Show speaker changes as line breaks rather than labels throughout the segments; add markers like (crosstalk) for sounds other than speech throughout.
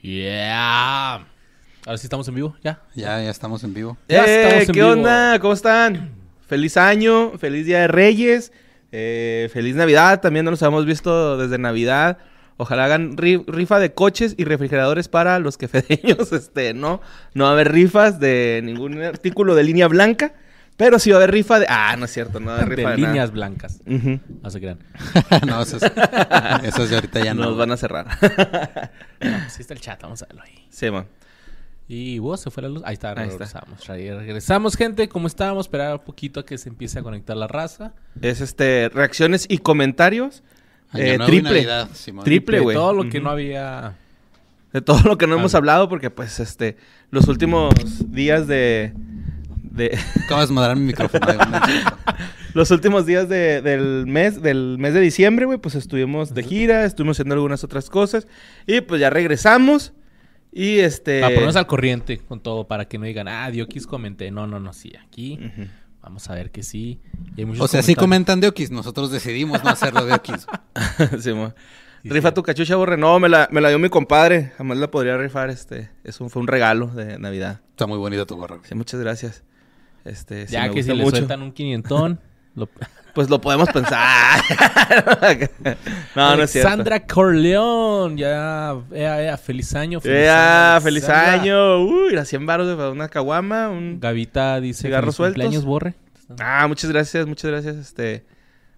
Yeah. Ahora sí estamos en vivo, ya.
Ya, ya estamos en
(laughs)
vivo.
Ya
¡Eh!
estamos en
¿Qué
vivo.
onda? ¿Cómo están? Feliz año, feliz día de Reyes, eh, feliz Navidad. También nos habíamos visto desde Navidad. Ojalá hagan ri- rifa de coches y refrigeradores para los quefedeños. (laughs) Este, no, no va a haber rifas de ningún artículo de línea blanca, pero sí va a haber rifa de. Ah, no es cierto, no va a haber rifa
De
de,
líneas blancas.
nada. Ujú.
No se
(laughs)
crean.
no, esas, esas de ahorita ya no.
Nos van a cerrar. (laughs)
Sí está el chat, vamos a verlo ahí.
sí, man.
Y vos se fue la luz. Ahí está,
Ahí está.
regresamos. Re- Regresamos, gente. ¿Cómo estábamos? Esperar un poquito a que se empiece a conectar la raza.
Es este, reacciones y comentarios.
Año
eh,
Nuevo y
triple.
Navidad, Simón.
Triple.
De
güey.
Todo lo que
Ujú.
no había.
De todo lo que no hemos
Ah.
hablado, porque pues este, los últimos días de. de (laughs)
Acabas de madrar mi micrófono. güey, no es cierto.
los últimos días de- del mes, del mes de diciembre, güey, pues estuvimos de gira, estuvimos haciendo algunas otras cosas. Y pues ya regresamos. Y este.
Para ponernos pues,
(laughs)
al corriente con todo, para que no digan, ah, Diokis comenté. No, no, no, sí. Aquí
Ujú.
vamos a ver que sí. Y hay muchos
o sea, sí
comentarios.
comentan de Oquis. Nosotros decidimos no hacerlo de Oquis.
Sí, mo.
Sí,
Rifa
sí.
tu cachucha, borre. No, me la, me la dio mi compadre. Jamás la podría rifar. Este, eso fue un regalo de Navidad.
Está muy bonito tu gorro. güey.
Sí, muchas gracias. Este, sí
Ya
me
que si
gusta
le
mucho.
sueltan un
(laughs)
quinientón. lo-
Pues lo podemos pensar. (laughs) no, no es cierto.
Sandra Corleón. Ya, ea, ea, feliz año.
¡Ea!
año,
¡Feliz
Sandra.
año! Uy, a 100 baros de para una caguama. un-
Gavita dice
Cigarros
feliz cumpleaños
sueltos.
borre.
Ah, muchas gracias, muchas gracias. Este,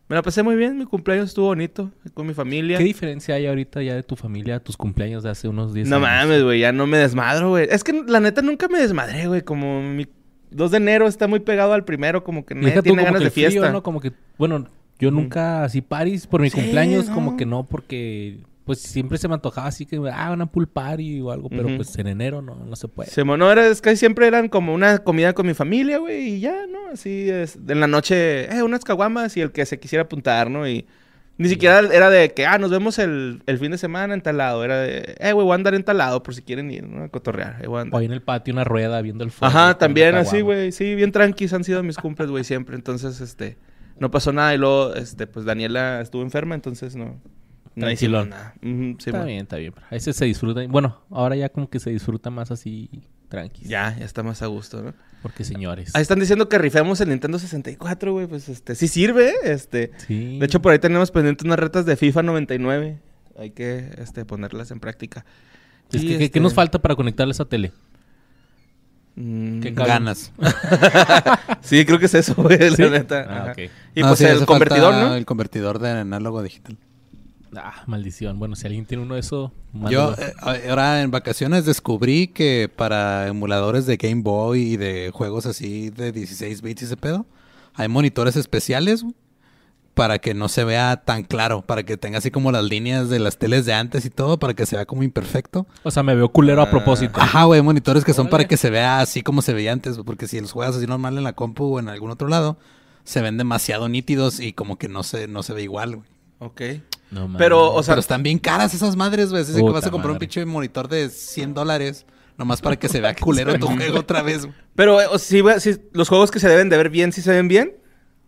me la pasé muy bien. Mi cumpleaños estuvo bonito con mi familia.
¿Qué diferencia hay ahorita ya de tu familia a tus cumpleaños de hace unos 10
No
años?
mames, güey, ya no me desmadro, güey. Es que la neta nunca me desmadré, güey. Como mi 2 de enero está muy pegado al primero, como que
Y
nadie
deja tú
tiene
como
ganas
que
de
el frío,
fiesta.
¿no? Como que, bueno, yo nunca así paris por mi
Sí,
cumpleaños,
no.
como que no, porque pues siempre se me antojaba así que, ah, una pool party o algo, pero
Ujú.
pues en enero no, no se puede.
Se mono era, es que siempre eran como una comida con mi familia, güey, y ya, ¿no? Así, es, en la noche, eh, unas caguamas y el que se quisiera apuntar, ¿no? Y ni siquiera era de que, ah, nos vemos el, el fin de semana en tal lado. Era de, eh, güey, voy a andar en tal lado por si quieren ir, ¿no? A cotorrear. eh, voy a
O
andar.
ahí en el patio una rueda viendo el fuego. con
Ajá,
una
también así,
caguama.
güey. Sí, bien tranquis han sido mis cumples, güey, siempre. Entonces, este, no pasó nada y luego, este, pues Daniela estuvo enferma, entonces no. No
Tranquilón.
hicimos nada. Ujú, sí,
Está
mo.
bien, está bien. A veces se disfruta. Bueno, ahora ya como que se disfruta más así tranqui.
Ya, ya está más a gusto, ¿no?
Porque señores.
Ahí están diciendo que rifemos el Nintendo 64, güey. Pues este, sí sirve, ¿eh? este.
Sí.
De hecho, por ahí tenemos pendientes unas retas de FIFA 99. Hay que este, ponerlas en práctica.
Es
Y,
que, ¿qué-
este,
¿Qué nos falta para conectarle esa tele?
mm,
¿Qué ca-
Ganas.
(laughs) sí, creo que es eso, güey,
¿Sí?
la neta.
Ah,
Ajá.
ok.
Y
No,
pues
sí, hace
el convertidor,
falta
¿no?
El convertidor de análogo a digital.
Ah, maldición. Bueno, si alguien tiene uno de esos,
Yo
mándalo.
eh, ahora en vacaciones descubrí que para emuladores de Game Boy y de juegos así de 16 bits y ese pedo, hay monitores especiales güey, para que no se vea tan claro, para que tenga así como las líneas de las teles de antes y todo, para que se vea como imperfecto.
O sea, me veo culero a
Ah.
propósito.
Ajá, güey, hay monitores que son para
Órale.
que se vea así como se veía antes, güey, porque si los juegas así normal en la compu o en algún otro lado, se ven demasiado nítidos y como que no se, no se ve igual, güey.
Ok.
No mames.
Pero, o sea,
Pero están bien caras esas madres, güey. Así que
Puta
vas a comprar un
madre.
pinche monitor de 100 dólares. Nomás para que se vea culero tu juego otra vez, güey.
pero eh, o si, güey, si los juegos que se deben de ver bien, ¿sí se ven bien?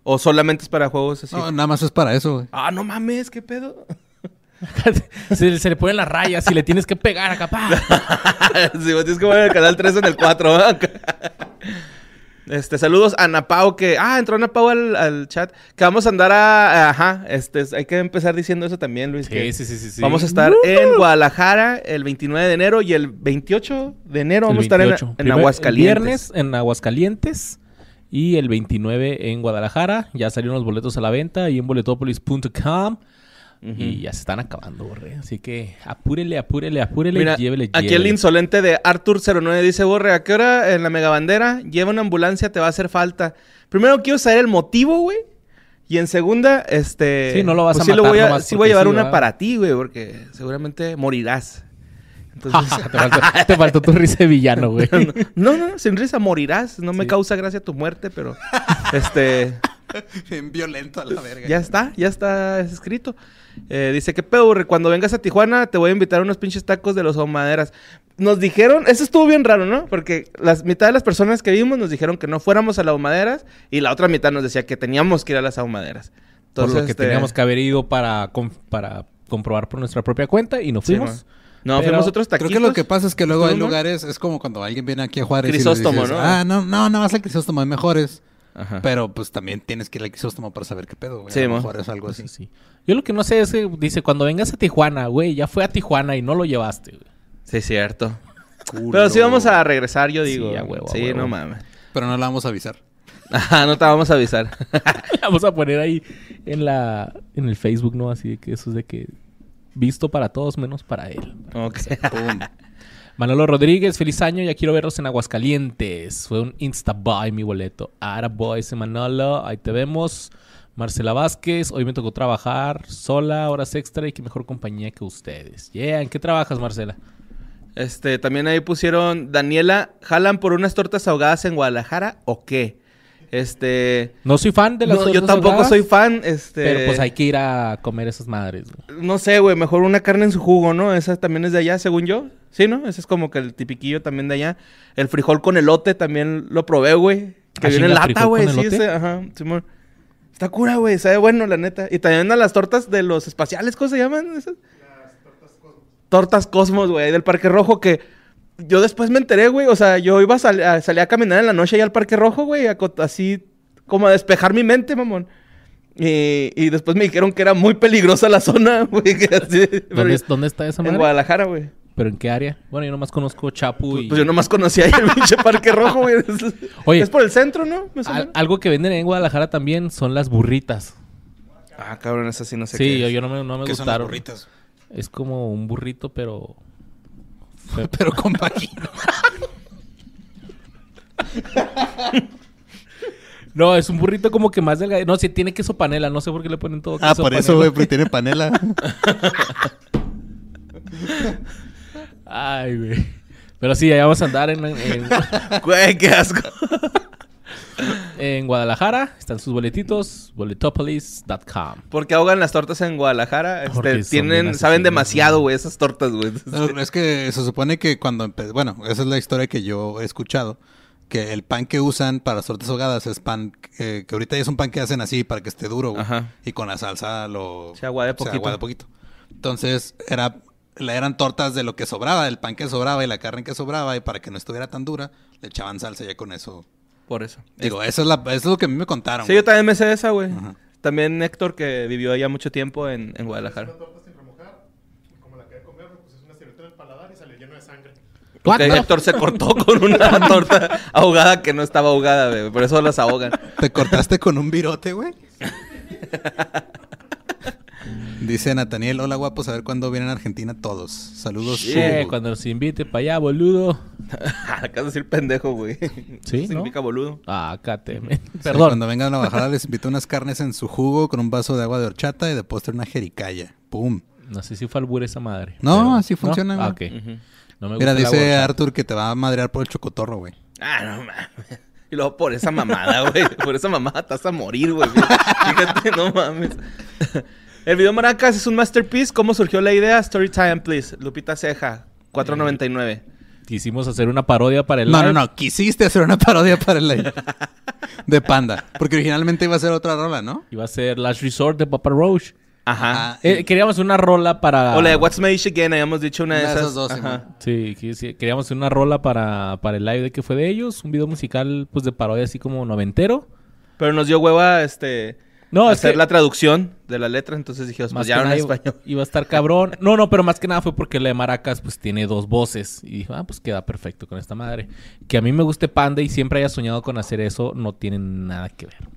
¿O solamente es para juegos así?
No, nada más es para eso,
(laughs)
güey.
Ah, no mames, ¿qué pedo?
(laughs) se, se le ponen las rayas y le tienes que pegar acá. pa.
(laughs) sí, vos tienes que poner el canal 3 en el 4. Este, saludos a Ana Pau que... Ah, entró Ana Pau al, al chat. Que vamos a andar a... Ajá, este, hay que empezar diciendo eso también, Luis. que
Sí, sí, sí, sí, sí.
Vamos a estar en Guadalajara el 29 de enero y el 28 de enero
Uh, El
vamos a estar en,
28.
en
Primer-
Aguascalientes.
el viernes en Aguascalientes y el 29 en Guadalajara. Ya salieron los boletos a la venta y en boletopolis.com.
Ujú.
Y ya se están acabando, borre. Así que apúrele, apúrele, apúrele.
Mira,
llévele,
aquí el
llévele.
insolente de Arthur09 dice, Borre, ¿a qué hora en la megabandera lleva una ambulancia? Te va a hacer falta. Primero quiero saber el motivo, güey. Y en segunda, este...
Sí, no lo vas a
Sí,
matar
voy a,
nomás
sí
porque
voy a llevar
sí,
una
¿verdad?
para ti, güey, porque seguramente morirás. Entonces...
(laughs) (laughs)
(laughs)
te, faltó, te faltó tu risa de villano, güey.
No, no, no, sin risa, morirás. No me
Sí.
causa gracia tu muerte, pero... este...
Bien violento a la verga.
Ya está, ya está escrito. Eh, dice, ¿qué pedo, burre? Cuando vengas a Tijuana te voy a invitar a unos pinches tacos de los ahumaderas. Nos dijeron, eso estuvo bien raro, ¿no? Porque la mitad de las personas que vimos nos dijeron que no fuéramos a las ahumaderas y la otra mitad nos decía que teníamos que ir a las ahumaderas.
Por lo que
este,
teníamos que haber ido para, com- para comprobar por nuestra propia cuenta y nos
Sí,
fuimos.
ma. No,
Pero-
fuimos otros taquitos.
Creo que lo que pasa es que luego hay
¿Cómo?
lugares, es como cuando alguien viene aquí a Juárez y
Crisóstomo,
le dices,
¿no?
ah, no, no, no vas al Crisóstomo, hay mejores.
Ajá.
Pero pues también tienes que ir al Crisóstomo para saber qué pedo, güey.
Sí,
a lo
mo.
mejor es algo
(laughs)
así.
Pues sí. Yo lo que no sé es que dice, cuando vengas a Tijuana, güey, ya fue a Tijuana y no lo llevaste, güey. (laughs)
Sí, es cierto.
Culo.
Pero sí vamos a regresar, yo
Sí,
digo. Sí,
a huevo, a huevo.
no mames. (laughs)
Pero no la vamos a avisar.
Ajá, no te vamos a avisar.
Vamos a poner ahí en la en el Facebook, ¿no? Así de que eso es de que visto para todos menos para él.
Ok.
Pum.
Manolo Rodríguez, feliz año, ya quiero verlos en Aguascalientes. Fue un insta buy mi boleto. Ara boy, ese Manolo, ahí te vemos. Marcela Vázquez, hoy me tocó trabajar sola, horas extra y qué mejor compañía que ustedes. Yeah, ¿en qué trabajas, Marcela?
Este, también ahí pusieron, Daniela, ¿jalan por unas tortas ahogadas en Guadalajara o qué? Este...
No soy fan de las
no, yo
tortas
tampoco
ahogadas,
soy fan, este...
Pero pues hay que ir a comer esas madres, güey.
No sé, güey, mejor una carne en su jugo, ¿no? Esa también es de allá, según yo. Sí, ¿no? Ese es como que el tipiquillo también de allá. El frijol con elote también lo probé, güey. Que
Ah,
viene en
chinga,
lata,
¿frijol
güey.
con
Sí,
elote?
ese, ajá. Simón. Está cura, güey. Sabe bueno, la neta. Y también a las tortas de los espaciales, ¿cómo se llaman? Esas? Tortas Cosmos, güey, del Parque Rojo que yo después me enteré, güey. O sea, yo iba a sal- a- salía a caminar en la noche allá al Parque Rojo, güey, a co- así como a despejar mi mente, mamón. Y, y después me dijeron que era muy peligrosa la zona, (laughs) güey. que así- pero
¿Dónde,
yo-
es- dónde está esa
en
madre?
Guadalajara, güey.
¿Pero en qué área? Bueno, yo nomás conozco Chapu y...
Pues yo nomás conocía ahí el pinche Parque Rojo, güey. Es,
Oye.
es por el centro, ¿no? Más o
Al-
menos.
algo que venden en Guadalajara también son las burritas.
Ah, cabrón, esa sí no sé
Sí,
qué
yo,
es.
yo no me, no me
Que son las
gustaron.
burritas. (laughs)
Es como un burrito, pero... (laughs) fe-
Pero con vagina.
No, es un burrito como que más delgado. No, si tiene queso panela. No sé por qué le ponen todo queso
Ah, por eso,
panela.
güey, porque tiene panela. (laughs)
Ay, güey. Pero sí, allá vamos a andar en, en-
(laughs) Güey, qué asco.
en Guadalajara. Están sus boletitos. Boletopolis.com.
Porque ahogan las tortas en Guadalajara. Este,
Porque son bien
tienen,
asesinas,
saben demasiado, güey, esas
(laughs)
tortas, güey.
No, es que se supone que cuando empezó... Bueno, esa es la historia que yo he escuchado. Que el pan que usan para las tortas ahogadas es pan... eh, que ahorita es un pan que hacen así para que esté duro, güey.
Ajá.
Y con la salsa lo...
Se aguade poquito.
poquito. Entonces, era... la- Eran tortas de lo que sobraba, el pan que sobraba y la carne que sobraba, y para que no estuviera tan dura, le echaban salsa y ya con eso.
Por eso.
Digo, eso es, la, eso es lo que a mí me contaron.
Sí,
güey.
yo también me sé esa, güey.
Ajá.
También Héctor, que vivió allá mucho tiempo en, en Guadalajara.
Pues, Una torta sin remojar, como la que comer, pues es una servilleta en el paladar y sale lleno de sangre.
What
Que
the-
Héctor se cortó con
(laughs)
una torta ahogada que no estaba ahogada, güey. Por eso las ahogan. (laughs)
¿Te cortaste con un
(laughs)
virote, güey? Dice Nathaniel, hola guapos, a ver cuándo vienen a Argentina todos. Saludos.
Sí,
Hugo".
cuando nos invite para allá, boludo.
Acabas de decir pendejo, güey.
Sí, ¿no?
Significa boludo.
Ah, cate, men.
Sí,
Perdón.
Cuando vengan a Guadalajara les invito unas carnes en su jugo con un vaso de agua de horchata y de postre una jericaya. ¡Pum!
No sé si fue albur esa madre.
No, así funciona,
Ah, ok.
güey.
Ujú.
No me
Mira,
gusta la
dice
guacha.
Arthur que te va a madrear por el chocotorro, güey.
Ah, no mames. Y luego por esa mamada, güey. Por esa mamada estás a morir, güey. Fíjate, no mames. El video Maracas es un masterpiece. ¿Cómo surgió la idea? Story time, please. Lupita Ceja, 4.99.
Quisimos hacer una parodia para el
No, no,
live.
no, quisiste hacer una parodia
(laughs)
para el live de Panda. Porque originalmente iba a ser otra rola, ¿no?
Iba a ser Last Resort de Papa Roach.
Ajá.
Ah,
Eh, queríamos una rola para...
O la de What's My Age Again, habíamos dicho una de
Una de
esas.
esas dos,
Ajá.
Simón.
Sí, que- sí, queríamos una rola para, para el live de que fue de ellos, un video musical pues de parodia así como noventero.
Pero nos dio hueva este
No, es
hacer
que-
la traducción de la letra, entonces dijimos,
Más
pues
que
ya en
nada,
español.
iba a estar cabrón. No, no, pero más que nada fue porque la de Maracas pues tiene dos voces y dije, ah, pues queda perfecto con esta madre. Que a mí me guste Panda y siempre haya soñado con hacer eso, no tiene nada que ver.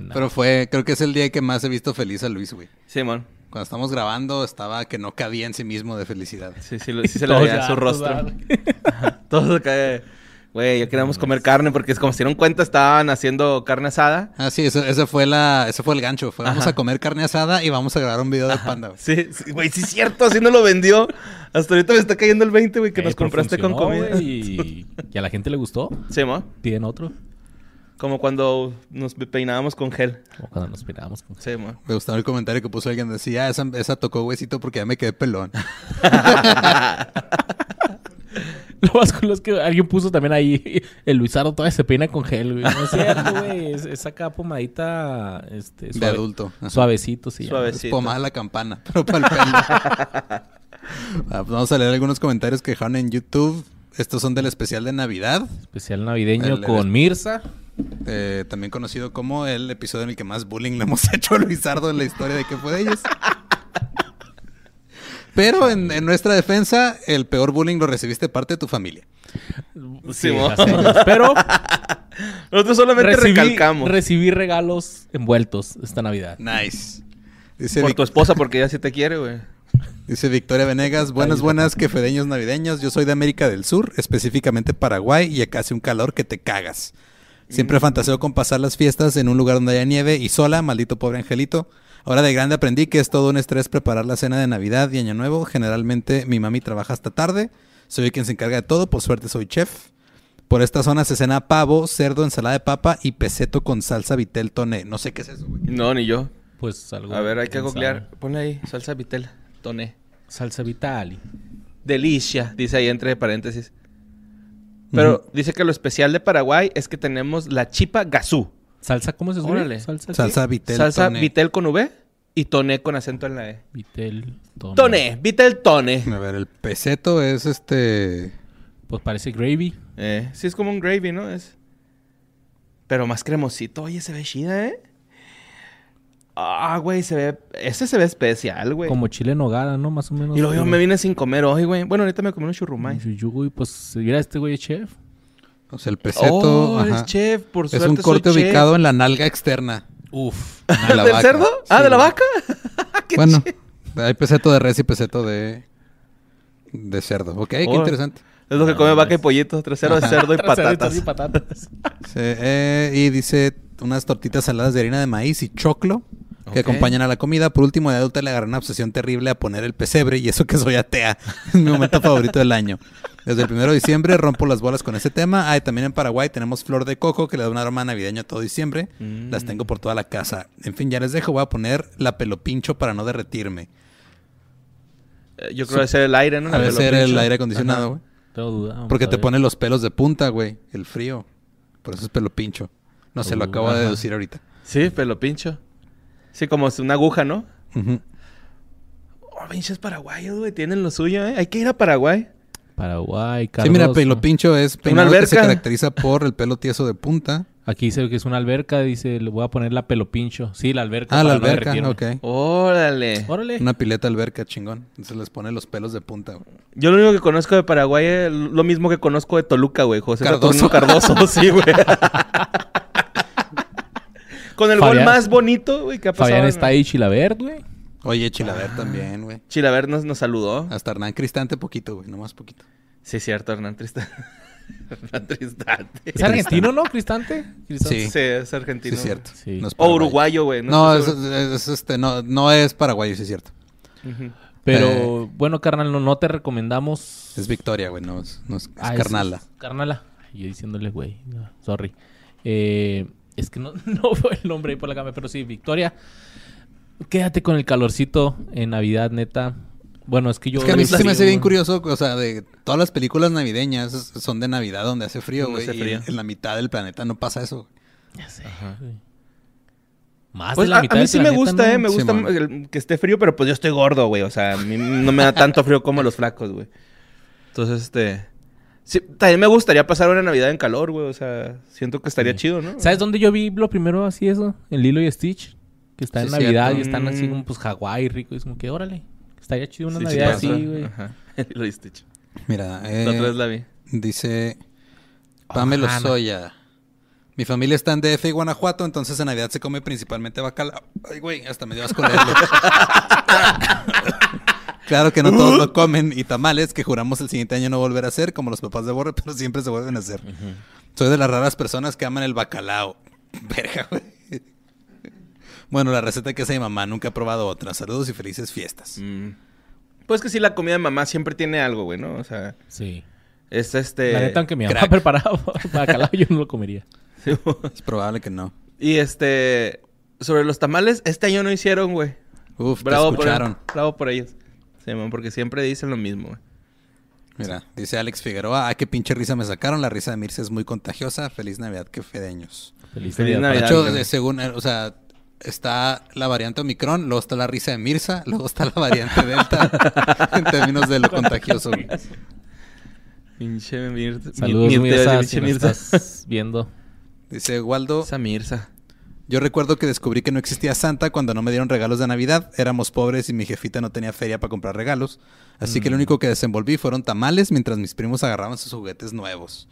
No.
Pero fue, creo que es el día que más he visto feliz a Luis, güey.
Simón.
Cuando estamos grabando estaba que no cabía en sí mismo de felicidad.
Sí, sí, lo-
(laughs)
Pues sí se
Y
le
todos
veía en su
hartos,
(laughs) rostro.
¿verdad?
Todos acá, eh, güey, ya queríamos comer carne porque como se dieron cuenta estaban haciendo carne asada.
Ah, sí, eso, ese fue la, ese fue el gancho. Fue, vamos
Ajá.
a comer carne asada y vamos a grabar un video de panda. güey.
Sí, sí, güey, sí es cierto, así no lo vendió. Hasta ahorita me está cayendo el 20, güey, que
Eh,
nos
pero
compraste con
funcionó,
comida.
güey, Y, y a la gente le gustó.
Simón,
Piden otro.
como cuando nos peinábamos con gel.
Como cuando nos mirábamos con...
Simón.
Me gustaba el comentario que puso alguien. Decía, "Ah, esa, esa tocó huesito porque ya me
(laughs)
quedé pelón.
(laughs) Lo más cool es que alguien puso también ahí (laughs) el Luisardo todavía se peina con gel, güey. No es cierto, güey. Es, es acá pomadita este,
de
suave-
adulto. Ah, Ajá.
Suavecito, sí. (laughs)
(laughs)
Suave.
Es pomada la campana, pero para el pelo. Ah, pues vamos a leer algunos comentarios que dejaron en YouTube. Estos son del especial de Navidad,
Especial navideño
Dale,
con
dale.
Mirza.
eh, también conocido como el episodio en el que más bullying le hemos (laughs) hecho a Luisardo en la historia de qué fue de
(laughs)
ellos. Pero en, en nuestra defensa, el peor bullying lo recibiste de parte de tu familia.
Sí,
mo.
ya sé,
(laughs)
ya sé. Pero
Nosotros solamente
recibí,
recalcamos.
recibí regalos envueltos esta Navidad.
Nice. Dice,
por
Vic-
tu esposa, porque ella sí te quiere, güey.
dice Victoria Venegas, buenas, buenas, quefedeños navideños. Yo soy de América del Sur, específicamente Paraguay, y acá hace un calor que te cagas.
Mm.
Siempre fantaseo con pasar las fiestas en un lugar donde haya nieve y sola, maldito pobre angelito. Ahora de grande aprendí que es todo un estrés preparar la cena de Navidad y Año Nuevo. Generalmente mi mami trabaja hasta tarde, soy quien se encarga de todo, por suerte soy chef. Por esta zona se cena pavo, cerdo, ensalada de papa y peseto con salsa vitel toné. No sé qué es eso, güey.
No, ni yo.
Pues algo.
A ver, hay que
pensado.
googlear. Ponle ahí, salsa vitel, toné.
Salsa Vitali.
Delicia, dice ahí entre paréntesis. Pero
Ujú.
dice que lo especial de Paraguay es que tenemos la chipa gazú.
Salsa, ¿cómo se
Órale.
escribe? ¿Ah, Salsa,
Salsa vitel
salsa
toné.
vitel con V y toné con acento en la E.
¿qué? Vitel. Tone.
Toné, vitel toné.
A ver, el peseto es este.
Pues parece gravy.
Eh, sí, es como un gravy, ¿no? Es... Pero más cremosito. Oye, se ve chida, ¿eh? Ah, güey, se ve... Este se ve especial, güey.
Como chile en nogada, ¿no? Más o menos.
Y luego yo
Pero-
me vine sin comer hoy, güey. Bueno, ahorita me comí unos churrumais.
Yuyuy, pues mira, este güey es chef.
O sea, el peseto.
Oh,
ajá.
es chef, por
Es
suerte
un
soy
corte
chef.
ubicado en la nalga externa.
Uf.
(laughs)
de la
¿Del
vaca.
cerdo? Ah,
Sí,
¿de la
güey.
vaca? (laughs) Qué
Bueno,
chido.
hay peseto de res y peseto de. de cerdo. Ok, qué
Oh.
interesante.
Es lo que
Ah,
come
pues.
vaca y pollito, trasero de cerdo y patatas.
Y patatas.
Sí, eh, y dice unas tortitas saladas de harina de maíz y choclo que
Ok.
acompañan a la comida. Por último, de adulta le agarré una obsesión terrible a poner el pesebre y eso que soy atea. (laughs) Es mi momento favorito del año. Desde el primero de diciembre rompo las bolas con ese tema. Ah, y también en Paraguay tenemos flor de coco que le da un aroma navideño todo diciembre.
Mm.
Las tengo por toda la casa. En fin, ya les dejo. Voy a poner la pelopincho para no derretirme.
Eh, Yo creo que ser el aire, ¿no?
A
Lo
ser el
pincho.
aire acondicionado,
Ajá.
güey.
Tengo duda. Ah, vamos
Porque
a
te
ver.
pone los pelos de punta, güey. El frío. Por eso es pelopincho. No sé, lo
Uh,
acabo de
ajá.
deducir ahorita.
Sí, pelo pincho. Sí, como es una aguja, ¿no?
Ujú.
Oh, pinches paraguayos, güey. Tienen lo suyo, ¿eh? Hay que ir a Paraguay.
Paraguay,
Sí,
Cardoso.
mira, pelo pincho es peinado que se
alberca.
caracteriza por el pelo tieso de
(laughs)
punta.
Aquí dice que es una alberca, dice, le voy a poner la pelopincho. Sí, la alberca.
Ah, la
para no
alberca,
derretirme.
ok.
Órale.
Órale.
Una pileta alberca, chingón. Entonces les pone los pelos de punta. güey.
Yo lo único que conozco de Paraguay es lo mismo que conozco de Toluca, güey. José Cardoso.
Cardoso.
Cardoso, (laughs) sí, güey. Con el gol
Fabián-
más bonito, güey, que ha pasado.
Fabián
en-
está ahí, Chilabert, güey.
Oye,
Ah.
Chilaver también, güey.
Chilaver nos, nos saludó.
Hasta Hernán Cristante poquito, güey. Nomás poquito.
Sí, cierto, Hernán Tristán. (laughs) Hernán Tristán.
Es argentino, ¿no? Cristante. Cristante.
Sí.
Sí, es argentino.
Sí, es cierto.
Sí.
No es
O
paraguayo.
uruguayo, güey.
No, es,
estoy
es- es este, no, no es paraguayo, sí es cierto.
seguro. Ujú.
Pero bueno, carnal, no, no te recomendamos.
Eh. Es Victoria, güey. No es, no es- es
Ah, es-
carnala.
es carnala. Yo diciéndole, güey. no, sorry. Eh, es que no, (laughs) no veo el nombre ahí por la cama, pero sí, Victoria. Quédate con el calorcito en Navidad, neta. Bueno, es que yo.
Es que a mí sí se me hace
yo-
bien curioso, o sea, de todas las películas navideñas son de Navidad donde hace frío,
Donde
güey.
hace
y
frío.
En, en la mitad del planeta no pasa eso. güey.
Ya sé, güey. Más
Pues
de
a,
la
a
mitad
mí
del
sí me
planeta,
gusta,
¿no?
¿eh? Me gusta
Simón.
el- que esté frío, pero pues yo estoy gordo, güey. O sea, a mí no me da tanto frío como a los flacos, güey. Entonces, este... Sí, también me gustaría pasar una Navidad en calor, güey. O sea, siento que estaría
Sí.
chido, ¿no?
¿Sabes dónde yo vi lo primero así eso? En Lilo y Stitch. Que está en
Sí,
Navidad
cierto.
y están así
Mm.
como pues Hawái rico. Y es como que órale. Estaría chido una
Sí, sí
Navidad
pasa.
así, güey.
Ajá. (laughs) Lo diste, chico.
Mira, eh,
La otra vez la vi.
Dice Pamela
Ojana.
Soya. Mi familia está en DF y Guanajuato, entonces en Navidad se come principalmente bacalao. Ay, güey, hasta me dio asco (laughs) leerlo. claro que no todos (laughs) lo comen y tamales que juramos el siguiente año no volver a hacer, como los papás de Borre, pero siempre se vuelven a hacer. Soy de las raras personas que aman el bacalao. (laughs) Verga, güey. Bueno, la receta que hace mi mamá, nunca he probado otra. Saludos y felices fiestas.
Mm. Pues que sí, la comida de mamá siempre tiene algo, güey, ¿no? O sea,
Sí.
es este...
la
(laughs)
neta, aunque mi mamá (laughs)
crack.
preparaba bacalao, yo no lo comería.
Es probable que no.
y este... Sobre los tamales, este año no hicieron, güey.
Uf, te
Bravo por,
escucharon.
bravo por ellos. Sí, man, porque siempre dicen lo mismo, güey.
Mira, dice Alex Figueroa, ah, qué pinche risa me sacaron, la risa de Mirce es muy contagiosa, feliz Navidad, qué fedeños.
Feliz,
Feliz
Navidad.
De
Navidad,
hecho,
claro.
de- según, eh, o sea, está la variante Omicron, luego está la risa de Mirza, (laughs) luego está la variante Delta (laughs) en términos de lo contagioso, güey.
Pinche Mirza.
Saludos,
Mir-
Mirza,
pinche
si me
Mirza.
estás viendo.
Dice Waldo,
Esa Mirza.
yo recuerdo que descubrí que no existía Santa cuando no me dieron regalos de Navidad. Éramos pobres y mi jefita no tenía feria para comprar regalos. Así que lo único que desenvolví fueron tamales mientras mis primos agarraban sus juguetes nuevos.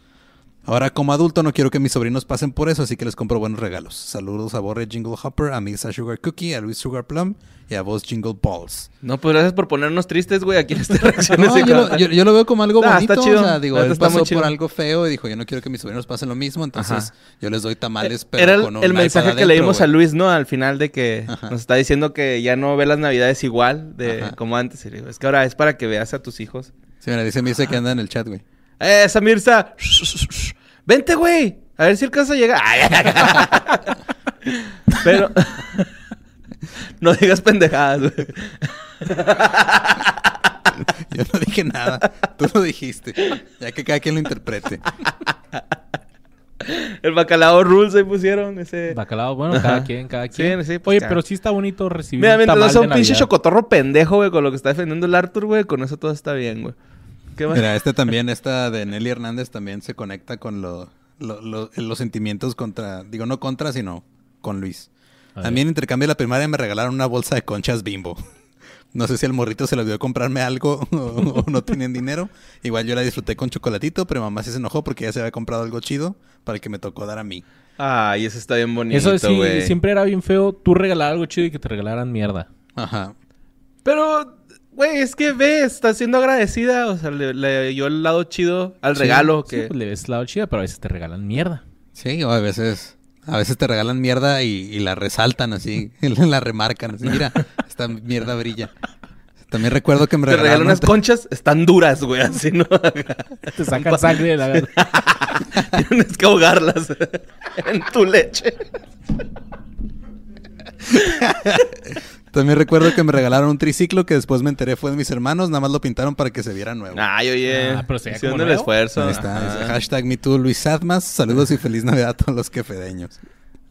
Ahora como adulto no quiero que mis sobrinos pasen por eso, así que les compro buenos regalos. Saludos a Borre Jingle Hopper, a Misa Sugar Cookie, a Luis Sugar Plum y a vos Jingle Balls.
No, pues gracias por ponernos tristes, güey. Aquí en esta reacción
No, yo, lo, yo- yo lo veo como algo
Ah,
bonito.
está chido.
O sea, digo,
Neta,
él
está muy
pasó
chido.
por algo feo y dijo, yo no quiero que mis sobrinos pasen lo mismo, entonces
Ajá. E
yo les doy tamales, pero
Era el,
con un
el
iPad
mensaje que
adentro,
leímos a
güey.
Luis, ¿no? Al final de que
Ajá.
nos está diciendo que ya no ve las navidades igual de
Ajá.
como antes. Y le digo, es que ahora es para que veas a tus hijos.
Sí, mira, dice Mirza que anda en el chat, güey.
¡Eh, esa Mirza! (laughs) ¡Vente, güey! A ver si alcanza a llegar. Ay, ay, ay. (laughs) Pero... (laughs) no digas pendejadas, güey.
Yo no dije nada, tú lo dijiste. Ya que cada quien lo interprete.
El bacalao rules ahí pusieron ese...
Bacalao, bueno,
Ajá.
cada quien, cada quien.
sí, pues,
Oye,
cada-
pero sí está bonito recibir
Mira,
un
mientras no
tamal
sea
de
un pinche
Navidad.
chocotorro pendejo, güey, con lo que está defendiendo el Arthur, güey, con eso todo está bien, güey. ¿Qué más?
Mira, esta también, esta de Nelly Hernández también se conecta con lo- lo- lo- los sentimientos contra, digo, no contra, sino con Luis.
A
A mí en intercambio de la primaria me regalaron una bolsa de conchas bimbo. No sé si el morrito se lo dio comprarme algo (laughs) o, o no tienen dinero. Igual yo la disfruté con chocolatito, pero mamá sí se enojó porque ya se había comprado algo chido para el que me tocó dar a mí.
Ay, eso está bien bonito,
Eso sí,
güey.
siempre era bien feo tú regalar algo chido y que te regalaran mierda.
Ajá.
Pero, güey, es que ve, está siendo agradecida. O sea, le, le dio el lado chido al
Sí,
regalo que...
Sí, pues le ves la chida, pero a veces te regalan mierda.
Sí, o a veces, a veces te regalan mierda y, y la resaltan así, (laughs) la remarcan así, mira, esta mierda brilla. También recuerdo que me
Te regalan
regalaron
unas conchas, están duras, güey, así, ¿no?
(laughs)
(laughs)
Te sacan sangre de la
Tienes que ahogarlas (laughs) en tu leche.
También recuerdo que me regalaron un triciclo que después me enteré fue de mis hermanos, nada más lo pintaron para que se viera nuevo.
Ay, oye.
Ah, pero se veía
haciendo
como
el
nuevo.
esfuerzo. Ah.
Ahí está,
ajá.
dice, hashtag MeToo Luis Admas. Saludos y feliz Navidad a todos los quefedeños.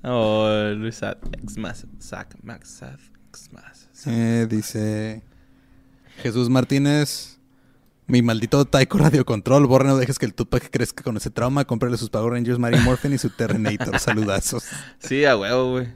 Oh, Luis Ad- X más, Zac, Max, Zad, X más.
Eh, dice Jesús Martínez. Mi maldito Taiko Radio Control. Borre, no dejes que el Tupac crezca con ese trauma. Cómprale sus Power Rangers, Mary Morphin y su Terrenator. (laughs) Saludazos.
Sí, a huevo, güey.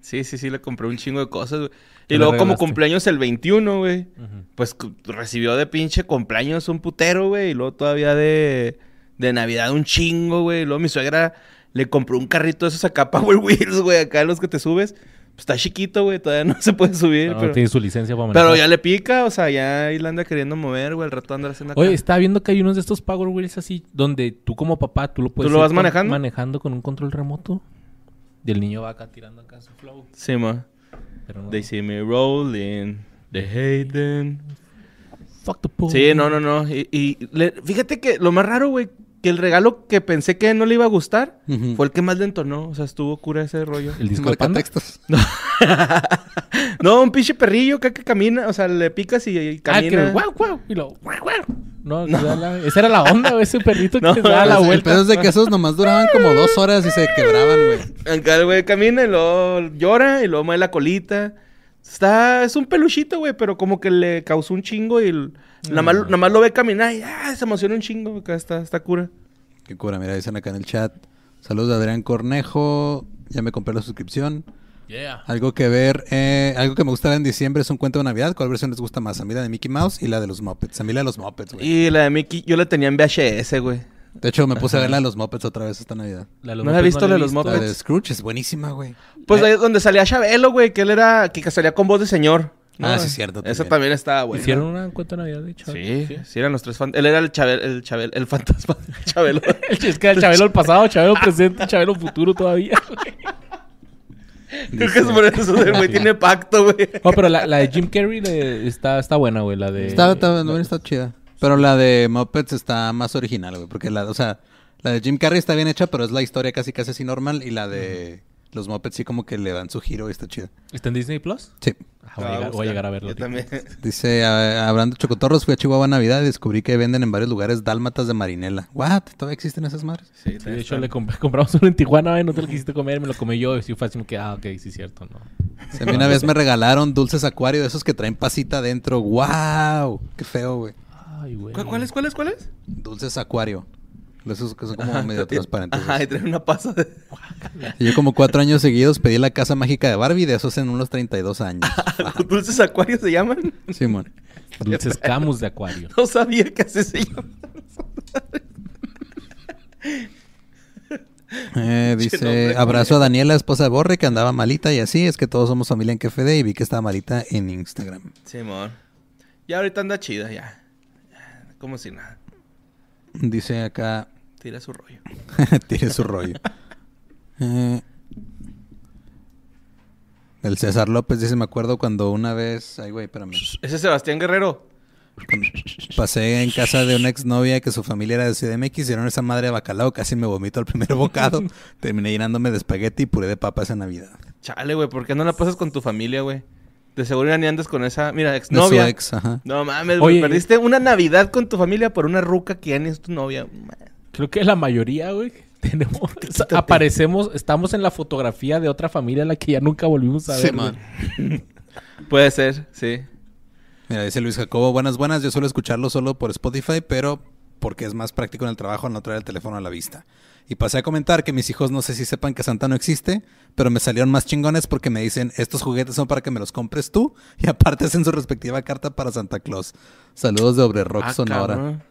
Sí, sí, sí, le compré un chingo de cosas, güey.
¿Qué
Y
le
luego, como
regalaste?
cumpleaños el 21, güey.
Ujú.
Pues cu- recibió de pinche cumpleaños un putero, güey. Y luego todavía de, de Navidad un chingo, güey. Y luego mi suegra le compró un carrito de esos acá, Power Wheels, güey. Acá los que te subes. Pues está chiquito, güey. Todavía no (laughs) se puede subir.
Pero no
pero,
tiene su licencia para
pero
manejar.
ya le pica, o sea, ya ahí la anda queriendo mover, güey. Al rato anda haciendo acá.
Oye, estaba viendo que hay unos de estos Power Wheels así donde tú como papá tú lo puedes
lo
ir
vas
con-
manejando?
manejando con un control remoto. Y el niño va acá tirando acá su flow,
Sí, ma.
pero no.
They see me rolling. They hate them.
Fuck the pool.
Sí, no, no, no. Y, y le- fíjate que lo más raro, güey, que el regalo que pensé que no le iba a gustar
Mm.
Ujú.
fue el que más le entonó. O sea, estuvo cura ese rollo. (laughs)
El disco de
Marca
Panda.
textos.
no, un pinche perrillo que, que camina, o sea, le picas y, y
Ah, que
camina.
guau, guau, y lo guau, guau.
(laughs)
No, que da la- esa era la onda, güey, ese perrito que
No,
se daba la
Pero es- Pues, El
vuelta.
pedo es de que esos nomás duraban
(laughs)
como dos horas y se quebraban, güey.
Acá el güey camina y luego llora y luego mueve la colita. Está, es un peluchito, güey, pero como que le causó un chingo y el- nada,
Mm.
más, nada más lo ve caminar y ah, se emociona un chingo. Acá está, está cura.
Qué cura, mira, dicen acá en el chat. Saludos a Adrián Cornejo. Ya me compré la suscripción.
Yeah.
Algo que ver, eh, algo que me gusta ver en diciembre es un cuento de Navidad. ¿Cuál versión les gusta más? A mí la de Mickey Mouse y la de los Muppets. A mí la de los Muppets, güey.
Y la de Mickey, yo la tenía en VHS, güey.
De hecho, me puse a ver la de los Muppets otra vez esta Navidad.
La de los
¿No
Muppets
la has visto,
he
la de los
visto.
La
Muppets?
de Scrooge es buenísima, güey.
Eh.
Pues ahí es donde salía Chabelo, güey, que él era, que salía con voz de señor.
Ah, sí, cierto,
Eso
también.
también estaba, güey.
Hicieron una cuenta de Navidad, de hecho.
Sí, sí, eran los tres fantasmas. Él era el Chabel, el Chabel, el fantasma del Chabelo.
(laughs) Es que era Chabelo el pasado, Chabelo presente, Chabelo futuro todavía.
Creo que es por eso, el güey tiene pacto, güey.
No, pero la, la de Jim Carrey de- está, está buena, güey. La de.
Está, está, no, está chida. Pero la de Muppets está más original, güey. Porque la, o sea, la de Jim Carrey está bien hecha, pero es la historia casi casi así normal. Y la de Los Muppets sí como que le dan su giro y está chido.
¿Está en Disney Plus?
Sí.
Ah, voy,
La
a llegar, voy a
buscar.
llegar a verlo.
Yo
tío.
también.
Dice, a- hablando de chocotorros, fui a Chihuahua a Navidad y descubrí que venden en varios lugares dálmatas de marinela. ¿What? ¿Todavía existen esas
(laughs)
madres?
Sí,
Sí, de hecho, le comp- compramos uno en Tijuana, ¿eh? no te lo quisiste comer, me lo comí yo y sí fue así como que, ah, ok, sí, cierto, no.
Se me una vez me regalaron dulces acuario de esos que traen pasita adentro. ¡Wow! ¡Qué feo, güey!
Ay, güey.
¿Cu- ¿Cuál es? ¿Cuál es? ¿Cuál es?
Dulces acuario. De esos que son como
(laughs)
(laughs)
medio transparentes.
Ajá, y traen una pasa de... (laughs)
Y yo como cuatro años seguidos pedí la casa mágica de Barbie de esos en unos 32 años.
¿Dulces acuarios se llaman?
Simón.
Dulces camus de acuario.
No sabía que así se llaman.
Eh, dice, abrazo a Daniela, esposa de Borre, que andaba malita y así. Es que todos somos familia en KFD y vi que estaba malita en Instagram.
Simón. Ya ahorita anda chida, ya. Ya, Como si nada.
Dice acá, (laughs)
Tira su rollo.
Tiene su rollo. Eh, el César López dice, me acuerdo cuando una vez... Ay, güey, espérame.
Ese es Sebastián Guerrero.
Cuando Pasé en casa de una exnovia que su familia era de CDMX, hicieron esa madre de bacalao, casi me vomito al primer
(laughs)
bocado. Terminé llenándome de espagueti y puré de papas en Navidad.
Chale, güey, ¿por qué no la pasas con tu familia, güey? De seguro ya ni andas con esa. Mira,
De su
exnovia.
ex, ajá.
No mames, güey.
Oye.
Perdiste una Navidad con tu familia por una ruca que ya ni es tu novia.
(laughs) Creo que la mayoría, güey, tenemos. Aparecemos, estamos en la fotografía de otra familia a la que ya nunca volvimos a ver.
Sí, man.
güey.
Puede ser, sí.
Mira, dice Luis Jacobo, buenas, buenas. Yo suelo escucharlo solo por Spotify, pero porque es más práctico en el trabajo no traer el teléfono a la vista. Y pasé a comentar que mis hijos no sé si sepan que Santa no existe, pero me salieron más chingones porque me dicen, estos juguetes son para que me los compres tú y aparte hacen su respectiva carta para Santa Claus. Saludos de Obre Rock
Ah,
Sonora.
cabrón.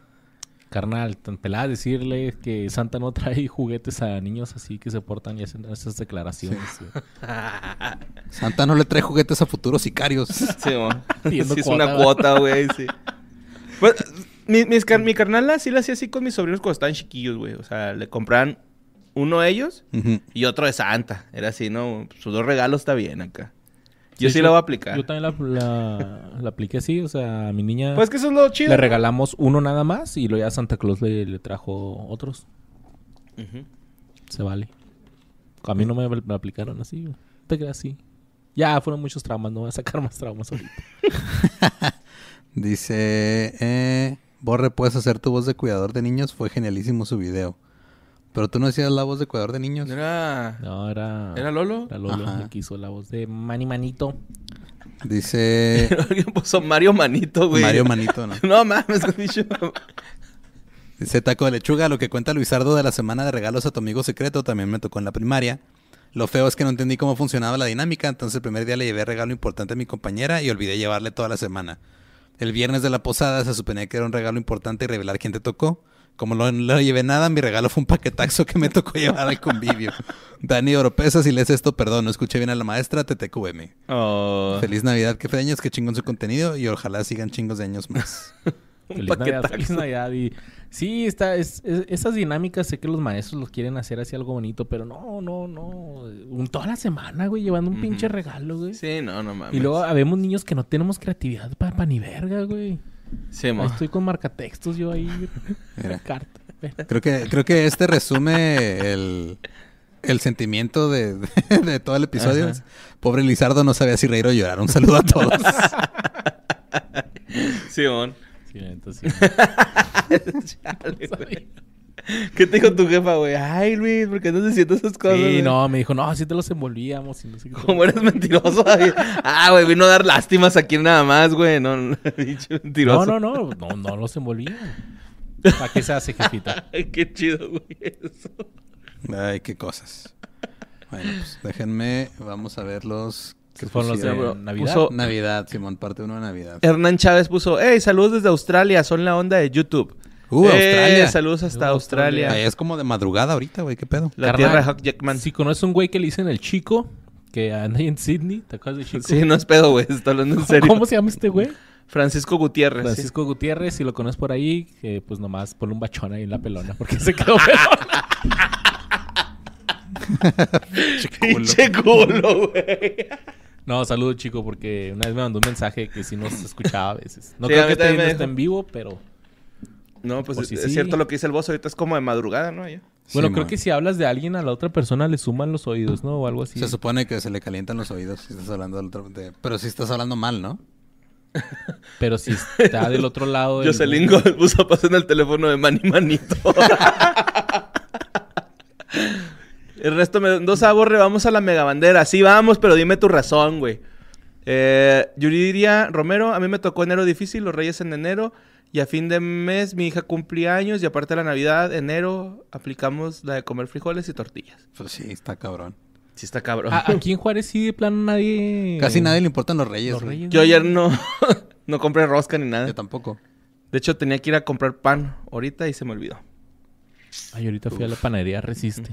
Carnal, tan pelada decirle que Santa no trae (laughs) juguetes a niños así que se portan y hacen esas declaraciones. (laughs) güey.
Santa no le trae juguetes a futuros sicarios.
(laughs) Sí, mo.
Pidiendo
Sí, es una
cuota,
cuota, güey, sí. Pues, mi, mis car- mi carnala sí la hacía así con mis sobrinos cuando estaban chiquillos, güey. O sea, le compraban uno a ellos
Ujú.
y otro de Santa. Era así, ¿no? Sus dos regalos está bien acá. Yo sí,
yo-
la voy a aplicar.
Yo también la, la- la apliqué así, o sea, a mi niña
Pues que eso es lo chido.
le
¿no?
regalamos uno nada más y luego ya Santa Claus le, le trajo otros.
Ujú.
Se vale. A mí no me, me aplicaron así, güey. No Te creas así. Ya fueron muchos traumas, no voy a sacar más traumas ahorita.
Dice, eh, Borre, puedes hacer tu voz de cuidador de niños. Fue genialísimo su video. Pero tú no hacías la voz de cuidador de niños.
Era...
No, era.
¿Era Lolo?
Era Lolo
Ajá.
el que hizo la voz de Mani Manito.
Dice
Alguien puso Mario Manito, (laughs) güey.
Mario Manito, ¿no?
(laughs) No mames, güey, yo-
Dice Taco de Lechuga, lo que cuenta Luisardo de la semana de regalos a tu amigo secreto también me tocó en la primaria. Lo feo es que no entendí cómo funcionaba la dinámica, entonces el primer día le llevé regalo importante a mi compañera y olvidé llevarle toda la semana. El viernes de la posada se suponía que era un regalo importante y revelar quién te tocó. Como no, no le llevé nada, mi regalo fue un paquetaxo que me tocó llevar al convivio. Dani Oropesa, si lees esto, perdón, no escuché bien a la maestra, TTQM.
Oh.
Feliz Navidad, que feñas, que chingón su contenido y ojalá sigan chingos de años más.
Feliz Navidad,
paquetazo.
feliz Navidad. Y sí, está, es- es- esas dinámicas sé que los maestros los quieren hacer así algo bonito, pero no, no, no. Un, toda la semana, güey, llevando un pinche regalo, güey.
Sí, no, no mames.
Y luego habemos niños que no tenemos creatividad para ni verga, güey.
Sí, mo.
Ahí estoy con marcatextos yo ahí. (laughs)
Mira.
Carta.
Creo que, creo que este resume el, el sentimiento de, de- de todo el episodio.
Ajá.
Pobre Lizardo no sabía si reír o llorar. Un saludo
(laughs)
a todos.
Sí, mon.
Sí, la neta,
(laughs)
sí.
Chale, güey. ¿Qué te dijo tu jefa, güey? Ay, Luis, ¿por qué no te sientes esas cosas?
Sí,
güey?
no, me dijo, no, sí te los envolvíamos y no sé qué.
Como eres mentiroso, güey. Ah, güey, vino a dar lástimas aquí nada más, güey. No, no, (laughs) pinche mentiroso.
No, no, no, no, no los envolvía.
(laughs)
¿Para qué se hace, jefita?
Ay, qué chido, güey. Eso.
Ay, qué cosas. Bueno, pues déjenme. Vamos a ver los. que
Fueron los de Eh,
pusieron.
Puso-
Navidad.
puso-
Navidad, Simón, parte uno de Navidad.
Hernán Chávez puso, hey, saludos desde Australia, son la onda de YouTube.
Uh,
Eh,
Australia.
Saludos hasta
Uh,
Australia.
Ahí es como de madrugada ahorita, güey. ¿Qué pedo?
La
Carnal,
tierra de Hugh Jackman.
Si conoces un güey que le dicen el chico, que anda ahí en Sydney, ¿te acuerdas de chico?
(laughs) Sí, no es pedo, güey. Está hablando en serio.
¿Cómo se llama este güey?
Francisco Gutiérrez.
Francisco Gutiérrez, si lo conoces por ahí, eh, pues nomás ponle un bachón ahí en la pelona, porque se quedó (laughs) pelón.
(laughs) Pinche culo,
(laughs)
güey.
No, saludo chico, porque una vez me mandó un mensaje que sí nos escuchaba a veces. No
Sí, a
creo
mí
que esté
también me
viendo esto
dijo.
en vivo, pero
No, pues
O
es,
si
es
sí.
cierto lo que dice el boss. Ahorita es como de madrugada, ¿no? Ya.
Bueno, creo
Sí, man.
que si hablas de alguien a la otra persona le suman los oídos, ¿no? O algo así.
Se supone que se le calientan los oídos si estás hablando del otro- de- Pero si estás hablando mal, ¿no?
Pero si está del otro lado. del-
Jocelyn Gold puso paso en el teléfono de Manny Manito. el resto me dos aborre, vamos a la megabandera. Sí, vamos, pero dime tu razón, güey. Eh, Yuridia Romero, a mí me tocó enero difícil, los reyes en enero. Y a fin de mes mi hija cumple años y aparte de la Navidad, enero, aplicamos la de comer frijoles y tortillas.
Pues sí, está cabrón.
Sí está cabrón.
Ah, aquí en Juárez sí, de plano nadie.
Casi nadie le importan los reyes.
Los
güey.
reyes.
Yo ayer no, (laughs) no compré rosca ni nada.
Yo tampoco.
De hecho, tenía que ir a comprar pan ahorita y se me olvidó.
Ay, ahorita fui a la panadería Resiste.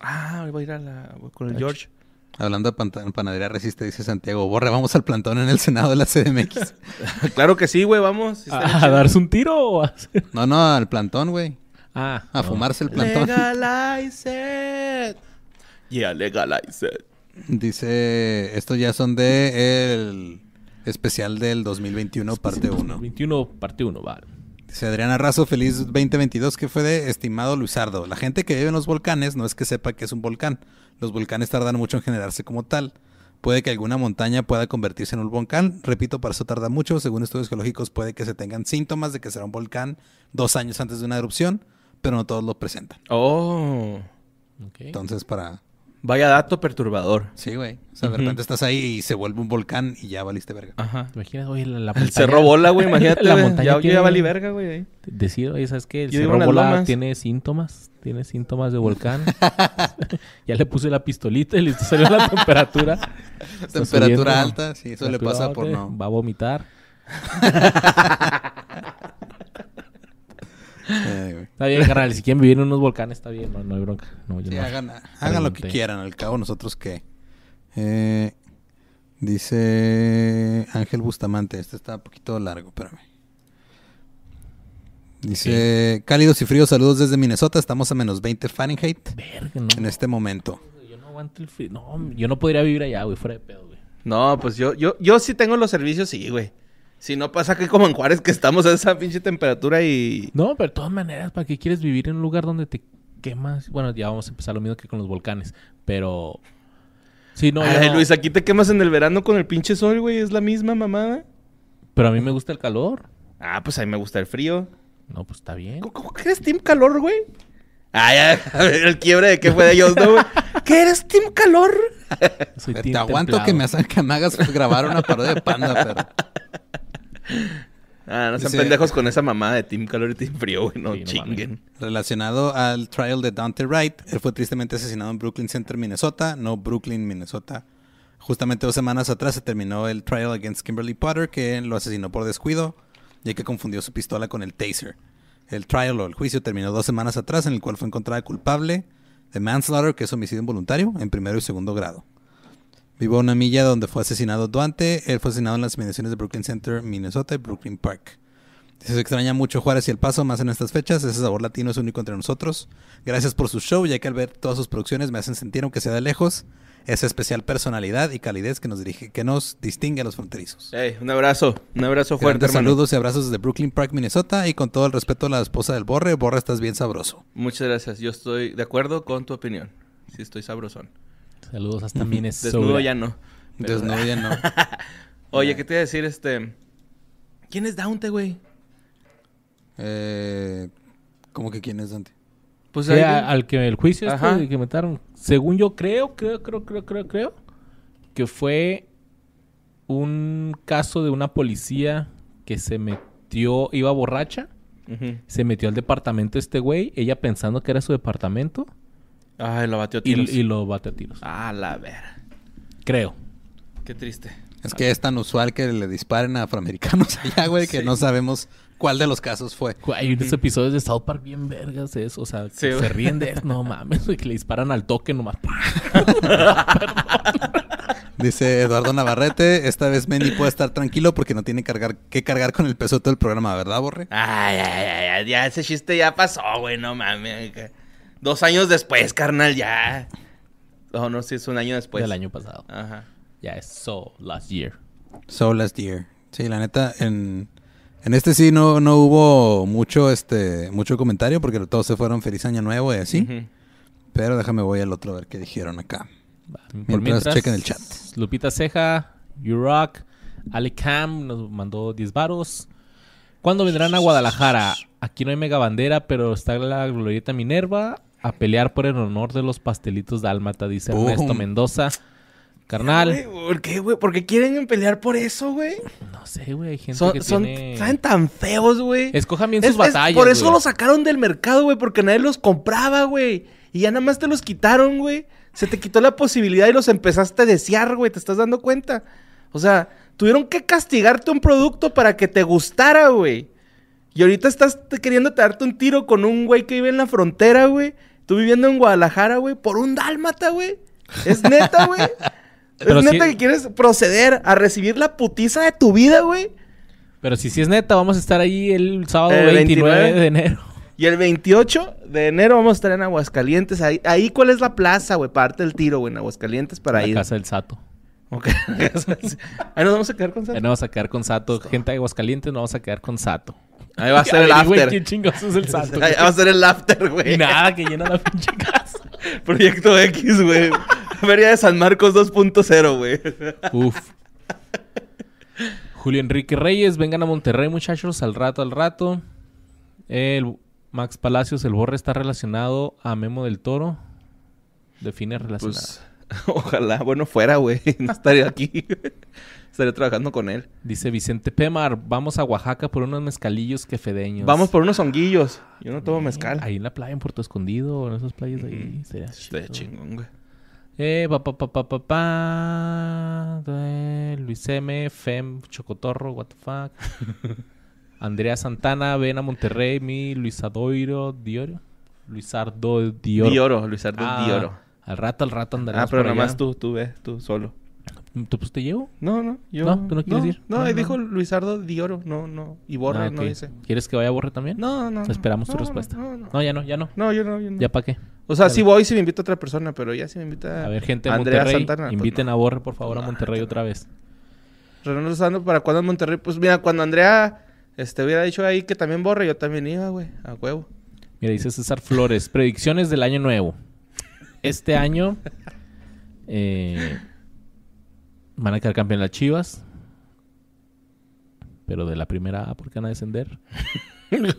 Ah, voy a ir a la, con el George.
Hablando de panta- panadería resiste, dice Santiago. Borre, vamos al plantón en el Senado de la CDMX.
(laughs) Claro que sí, güey, vamos. Sí, está
¿A, a darse un tiro o a hacer-
no, no, al plantón, güey.
Ah.
A
no.
fumarse el
bien chido.
plantón.
Legalize it. Yeah, legalize it.
Dice, estos ya son de el especial del 2021, parte 1.
21, parte 1, vale.
Dice Adriana Razo, feliz 2022, que fue de estimado Luisardo. La gente que vive en los volcanes no es que sepa que es un volcán. Los volcanes tardan mucho en generarse como tal. Puede que alguna montaña pueda convertirse en un volcán. Repito, para eso tarda mucho. Según estudios geológicos, puede que se tengan síntomas de que será un volcán dos años antes de una erupción, pero no todos lo presentan.
Oh,
Ok.
Entonces, para...
vaya dato perturbador.
Sí, güey. O sea, de
Ujú.
repente estás ahí y se vuelve un volcán y ya valiste verga.
Ajá.
¿Te imaginas, oye, la, la
El
montaña-
cerro bola, güey,
(laughs)
imagínate.
la
güey.
montaña
ya, yo
tiene-
ya valí verga, güey. ahí.
Decir, oye, ¿sabes qué? El
Yo vivo en
cerro
las
bola
lomas.
tiene síntomas. Tiene síntomas de volcán. (laughs) ya le puse la pistolita y le salió la temperatura. Está subiendo.
Temperatura alta, sí, eso le
Temperatura
pasa por
alta,
no.
Va a vomitar.
Eh, güey.
Está bien, carnal. Si quieren vivir en unos volcanes, está bien. No, no hay bronca. No, yo
Sí,
no.
hagan, hagan lo que
Pregunté.
quieran, al cabo nosotros qué. Eh, dice Ángel Bustamante, este está un poquito largo, espérame. Dice, cálidos y fríos saludos desde Minnesota, estamos a menos 20 Fahrenheit
Verga,
en
no.
este momento.
Yo no aguanto el frío. No, yo no podría vivir allá, güey. Fuera de pedo, güey.
No, pues yo, yo, yo sí tengo los servicios, sí, güey. Si no pasa que como en Juárez que estamos a esa pinche temperatura y...
No, pero de todas maneras, ¿para qué quieres vivir en un lugar donde te quemas? Bueno, ya vamos a empezar lo mismo que con los volcanes. Pero... Sí, no, yo
Ay,
no.
Luis, aquí te quemas en el verano con el pinche sol, güey. Es la misma mamada.
Pero a mí me gusta el calor.
Ah, pues a mí me gusta el frío.
No, pues está bien.
¿Cómo, cómo que eres Team Calor, güey? Ay, ay, (laughs) a ver, el quiebre de que fue de ellos,
(laughs)
¿no, güey? ¿Qué eres Team Calor?
Soy
Te
team
aguanto
templado.
que me, hagan- que me hagas (laughs) grabar una parodia de panda, pero...
Ah, no sean
Dice-
pendejos con esa mamada de Team Calor y Team Frío, güey. No
Sí, no
chinguen.
Relacionado al trial de Dante Wright, él fue tristemente asesinado en Brooklyn Center, Minnesota, no Brooklyn, Minnesota. Justamente dos semanas atrás se terminó el trial against Kimberly Potter, que lo asesinó por descuido, ya que confundió su pistola con el taser. El trial o el juicio terminó dos semanas atrás, en el cual fue encontrada culpable de manslaughter, que es homicidio involuntario, en primero y segundo grado. Vivo a una milla donde fue asesinado Duante. Él fue asesinado en las inmediaciones de Brooklyn Center, Minnesota y Brooklyn Park. Dice, Se extraña mucho Juárez y El Paso, más en estas fechas. Ese sabor latino es único entre nosotros. Gracias por su show, ya que al ver todas sus producciones me hacen sentir, aunque sea de lejos, esa especial personalidad y calidez que nos dirige, que nos distingue a los fronterizos.
Ey, un abrazo. Un abrazo fuerte,
Grandes
hermano.
saludos y abrazos desde Brooklyn Park, Minnesota, y con todo el respeto a la esposa del Borre, Borre estás bien sabroso.
Muchas gracias. Yo estoy de acuerdo con tu opinión. Sí, estoy sabrosón.
Saludos hasta Minnesota.
Desnudo ya no. Pero-
Desnudo ya
(laughs)
no.
Oye, ¿qué te iba a decir? Este... ¿Quién es Daunte, güey?
Eh, ¿Cómo que quién es Dante?
Pues
Sí,
ahí-
a- al que el juicio este
Ajá.
de que mataron. Según yo creo, creo, creo, creo, creo, creo que fue un caso de una policía que se metió, iba borracha,
Ujú.
se metió al departamento este güey, ella pensando que era su departamento
Ay, lo batió
y,
a tiros.
y lo bate a tiros.
Ah, la verga.
Creo.
Qué triste.
Es que es tan usual que le disparen a afroamericanos (laughs) allá, güey, que
Sí.
no sabemos cuál de los casos fue.
Güey, Hay unos episodios de South Park bien vergas de eso. O sea, que
Sí,
se
güey.
ríen de eso. No mames, güey, que le disparan al toque nomás.
(laughs)
Dice Eduardo Navarrete, esta vez Mendy puede estar tranquilo porque no tiene cargar, que cargar con el peso de todo el programa, ¿verdad, Borre?
Ay, ay, ay, ay, ya ese chiste ya pasó, güey, no mames. que- Dos años después, carnal, ya. No, no, sí, es un año después.
Del año pasado.
Ajá.
Ya es so last year.
So last year. Sí, la neta, en, En este sí no, no hubo mucho, este, mucho comentario porque todos se fueron feliz año nuevo y así.
Ujú.
Pero déjame voy al otro a ver qué dijeron acá.
Va,
Mientras, chequen el chat.
Lupita Ceja, You Rock, Ale Cam nos mandó 10 varos. ¿Cuándo vendrán a Guadalajara? Aquí no hay mega bandera, pero está la glorieta Minerva a pelear por el honor de los pastelitos dálmata, dice
Boom.
Ernesto Mendoza. Carnal,
Güey, ¿Por qué, güey? ¿Por qué quieren pelear por eso, güey?
no sé, güey, hay gente
Son,
que
son
tiene...
saben tan feos, güey.
Escojan bien
Es-
sus
es-
batallas,
Por eso
güey.
los sacaron del mercado, güey, porque nadie los compraba, güey. Y ya nada más te los quitaron, güey. Se te quitó la posibilidad y los empezaste a desear, güey. ¿Te estás dando cuenta? O sea, tuvieron que castigarte un producto para que te gustara, güey. Y ahorita estás te- queriendo darte un tiro con un güey que vive en la frontera, güey. Tú viviendo en Guadalajara, güey, por un dálmata, güey. Es neta, güey.
(laughs) Pero
es neta
sí-
que quieres proceder a recibir la putiza de tu vida, güey.
Pero si sí es neta, vamos a estar ahí el sábado
El
29,
29
de enero.
Y el 28 de enero vamos a estar en Aguascalientes. Ahí, ahí ¿cuál es la plaza, güey? Parte del tiro, güey, en Aguascalientes para
en
ir.
la casa del
(laughs)
Sato.
Ok. ahí nos vamos a quedar con Santa.
Ahí nos vamos a quedar con Sato. Gente de Aguascalientes, nos vamos a quedar con Sato.
Ahí
(laughs)
va a ser el
Averigüen
after. (laughs)
¿Quién chingados es el Sato?
Ahí va a ser el after, güey.
Y nada, que llena la pinche casa.
Proyecto X,
(laughs)
güey. Feria de San Marcos 2.0, güey.
Pues, Uf. Julio Enrique Reyes, vengan a Monterrey, muchachos, al rato, al rato. El Max Palacios, el Borre está relacionado a Memo del Toro. Define relacionado.
Pues, (laughs) ojalá, bueno, fuera, güey. (laughs) No estaría aquí. (laughs) estaría trabajando con él.
Dice Vicente Pemar, vamos a Oaxaca por unos mezcalillos quefedeños.
Vamos por unos honguillos. Yo no
Mm,
tomo mezcal. Mm,
Ahí en la playa, en Puerto Escondido, o en esas playas de ahí. Sería
Estaría
chido.
chingón, güey.
Eh, pa, pa, pa, pa, pa, pa, de Luis M, Fem, Chocotorro, what the
(laughs)
fuck. Andrea Santana, ven a Monterrey, mi Luis Adoiro, Diorio. Luis Ardo, Dioro.
Dioro, Luis Ardo
Ah,
Dioro.
Al rato, al rato andaremos
Ah, pero
por
nada
allá.
más tú, tú ves, tú solo.
¿Tú, pues, te llevo?
No, no, yo.
No, tú no quieres ir. Ah,
No,
No,
ahí
no.
dijo Luisardo Dioro, no, no. Y Borre,
Ah,
no
ok.
dice.
¿Quieres que vaya a Borre también?
No, no. no.
Esperamos tu
No, no,
respuesta.
No, no.
No, ya no, ya no.
No, yo no, yo no.
¿Ya pa' qué?
O sea, sí voy si me invita otra persona, pero ya si me invita.
A ver, gente de
Andrea
Monterrey,
Santana,
inviten a Borre, por favor, a Monterrey otra vez.
pues, no. Renato Santana, ¿para cuándo en Monterrey? Pues mira, cuando Andrea este, hubiera dicho ahí que también Borre, yo también iba, güey, a huevo. (laughs)
Mira, dice César Flores, predicciones del año nuevo. Este año eh, van a quedar campeón las Chivas, pero de la primera A porque van a (laughs) descender.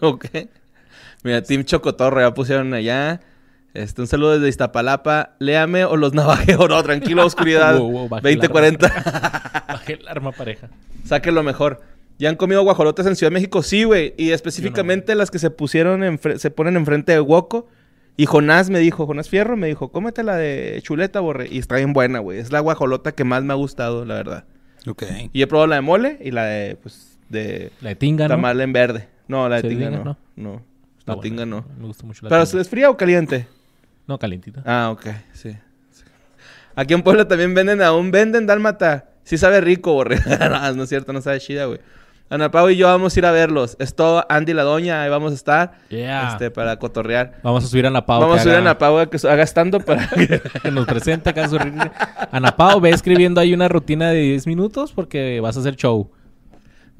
ok. Mira, Team Chocotorro ya pusieron allá. Este, un saludo desde Iztapalapa. Léame o los navajeo. No,
(laughs)
tranquilo, oscuridad.
Wow, wow, bajé el
2040.
Bajé el arma pareja.
Saquen lo mejor. ¿Ya han comido guajolotes en Ciudad de México? Sí, güey. Y específicamente las que se pusieron en se ponen enfrente de Woco. Y Jonás me dijo, Jonás Fierro me dijo, cómete la de chuleta, borre. Y está bien buena, güey. Es la guajolota que más me ha gustado, la verdad.
Ok.
Y he probado la de mole y la de, pues, de
La de Tinga, ¿no?
tamal en verde. No, la de
¿Sí,
tinga
tinga?
no. No,
Está
la
buena.
tinga no.
Me gusta mucho la
¿Pero
tinga.
es fría o caliente?
No, calientita.
Ah, ok, sí. sí. Aquí en Puebla también venden, aún venden dálmata. Sí sabe rico, borre. (laughs) no, no es cierto, no sabe chida, güey. Ana Pau y yo vamos a ir a verlos. Es todo Andy la doña, ahí vamos a estar.
Yeah.
Este, para cotorrear.
Vamos a subir a Napao.
vamos a ir a Ana Pau a que haga stand-up para que- (laughs)
que (laughs) nos presenta acá su Anapao, ve escribiendo ahí una rutina de 10 minutos porque vas a hacer show.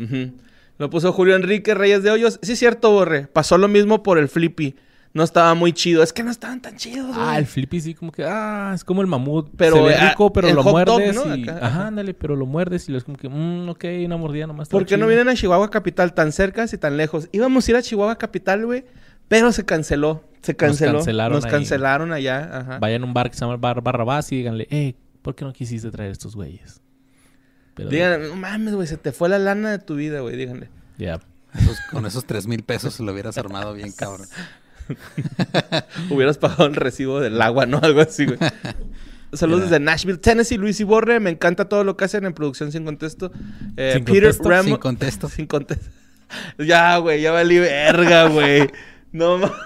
Ujú. Lo puso Julio Enrique Reyes de Hoyos. Sí, es cierto, borre. Pasó lo mismo por el Flippy. No estaba muy chido. Es que no estaban tan chidos, güey.
Ah, el flippy sí, como que, ah, es como el mamut.
Pero,
Pero
eh,
rico, pero
el
lo
hot dog,
muerdes.
¿no?
y...
Acá,
Ajá,
ajá.
ándale, pero lo muerdes y lo es como que, mmm, ok, una mordida nomás. está
¿Por qué no
chido".
vienen a Chihuahua Capital tan cerca y tan lejos? Íbamos a ir a Chihuahua Capital, güey, pero se canceló. Se canceló. Nos
cancelaron
cancelaron,
ahí.
allá. Ajá.
Vayan a un bar que se llama Bar Barrabás y díganle, eh, ¿por qué no quisiste traer estos güeyes? Pero,
Digan, no mames, güey, se te fue la lana de tu vida, güey, díganle. (gasps)
ya.
Esos- Pues, con esos tres mil pesos se lo hubieras
(laughs)
armado bien, cabrón.
Hubieras pagado el recibo del agua, ¿no? (laughs) Algo así, güey. Saludos
Mira.
desde Nashville, Tennessee, Luis y Borre. Me encanta todo lo que hacen en Producción Sin Contexto. Eh,
Sin
Peter
Contexto,
Ramo-
Sin contexto.
(laughs) Sin Contexto. Ya, güey, ya valí verga, güey. No mames.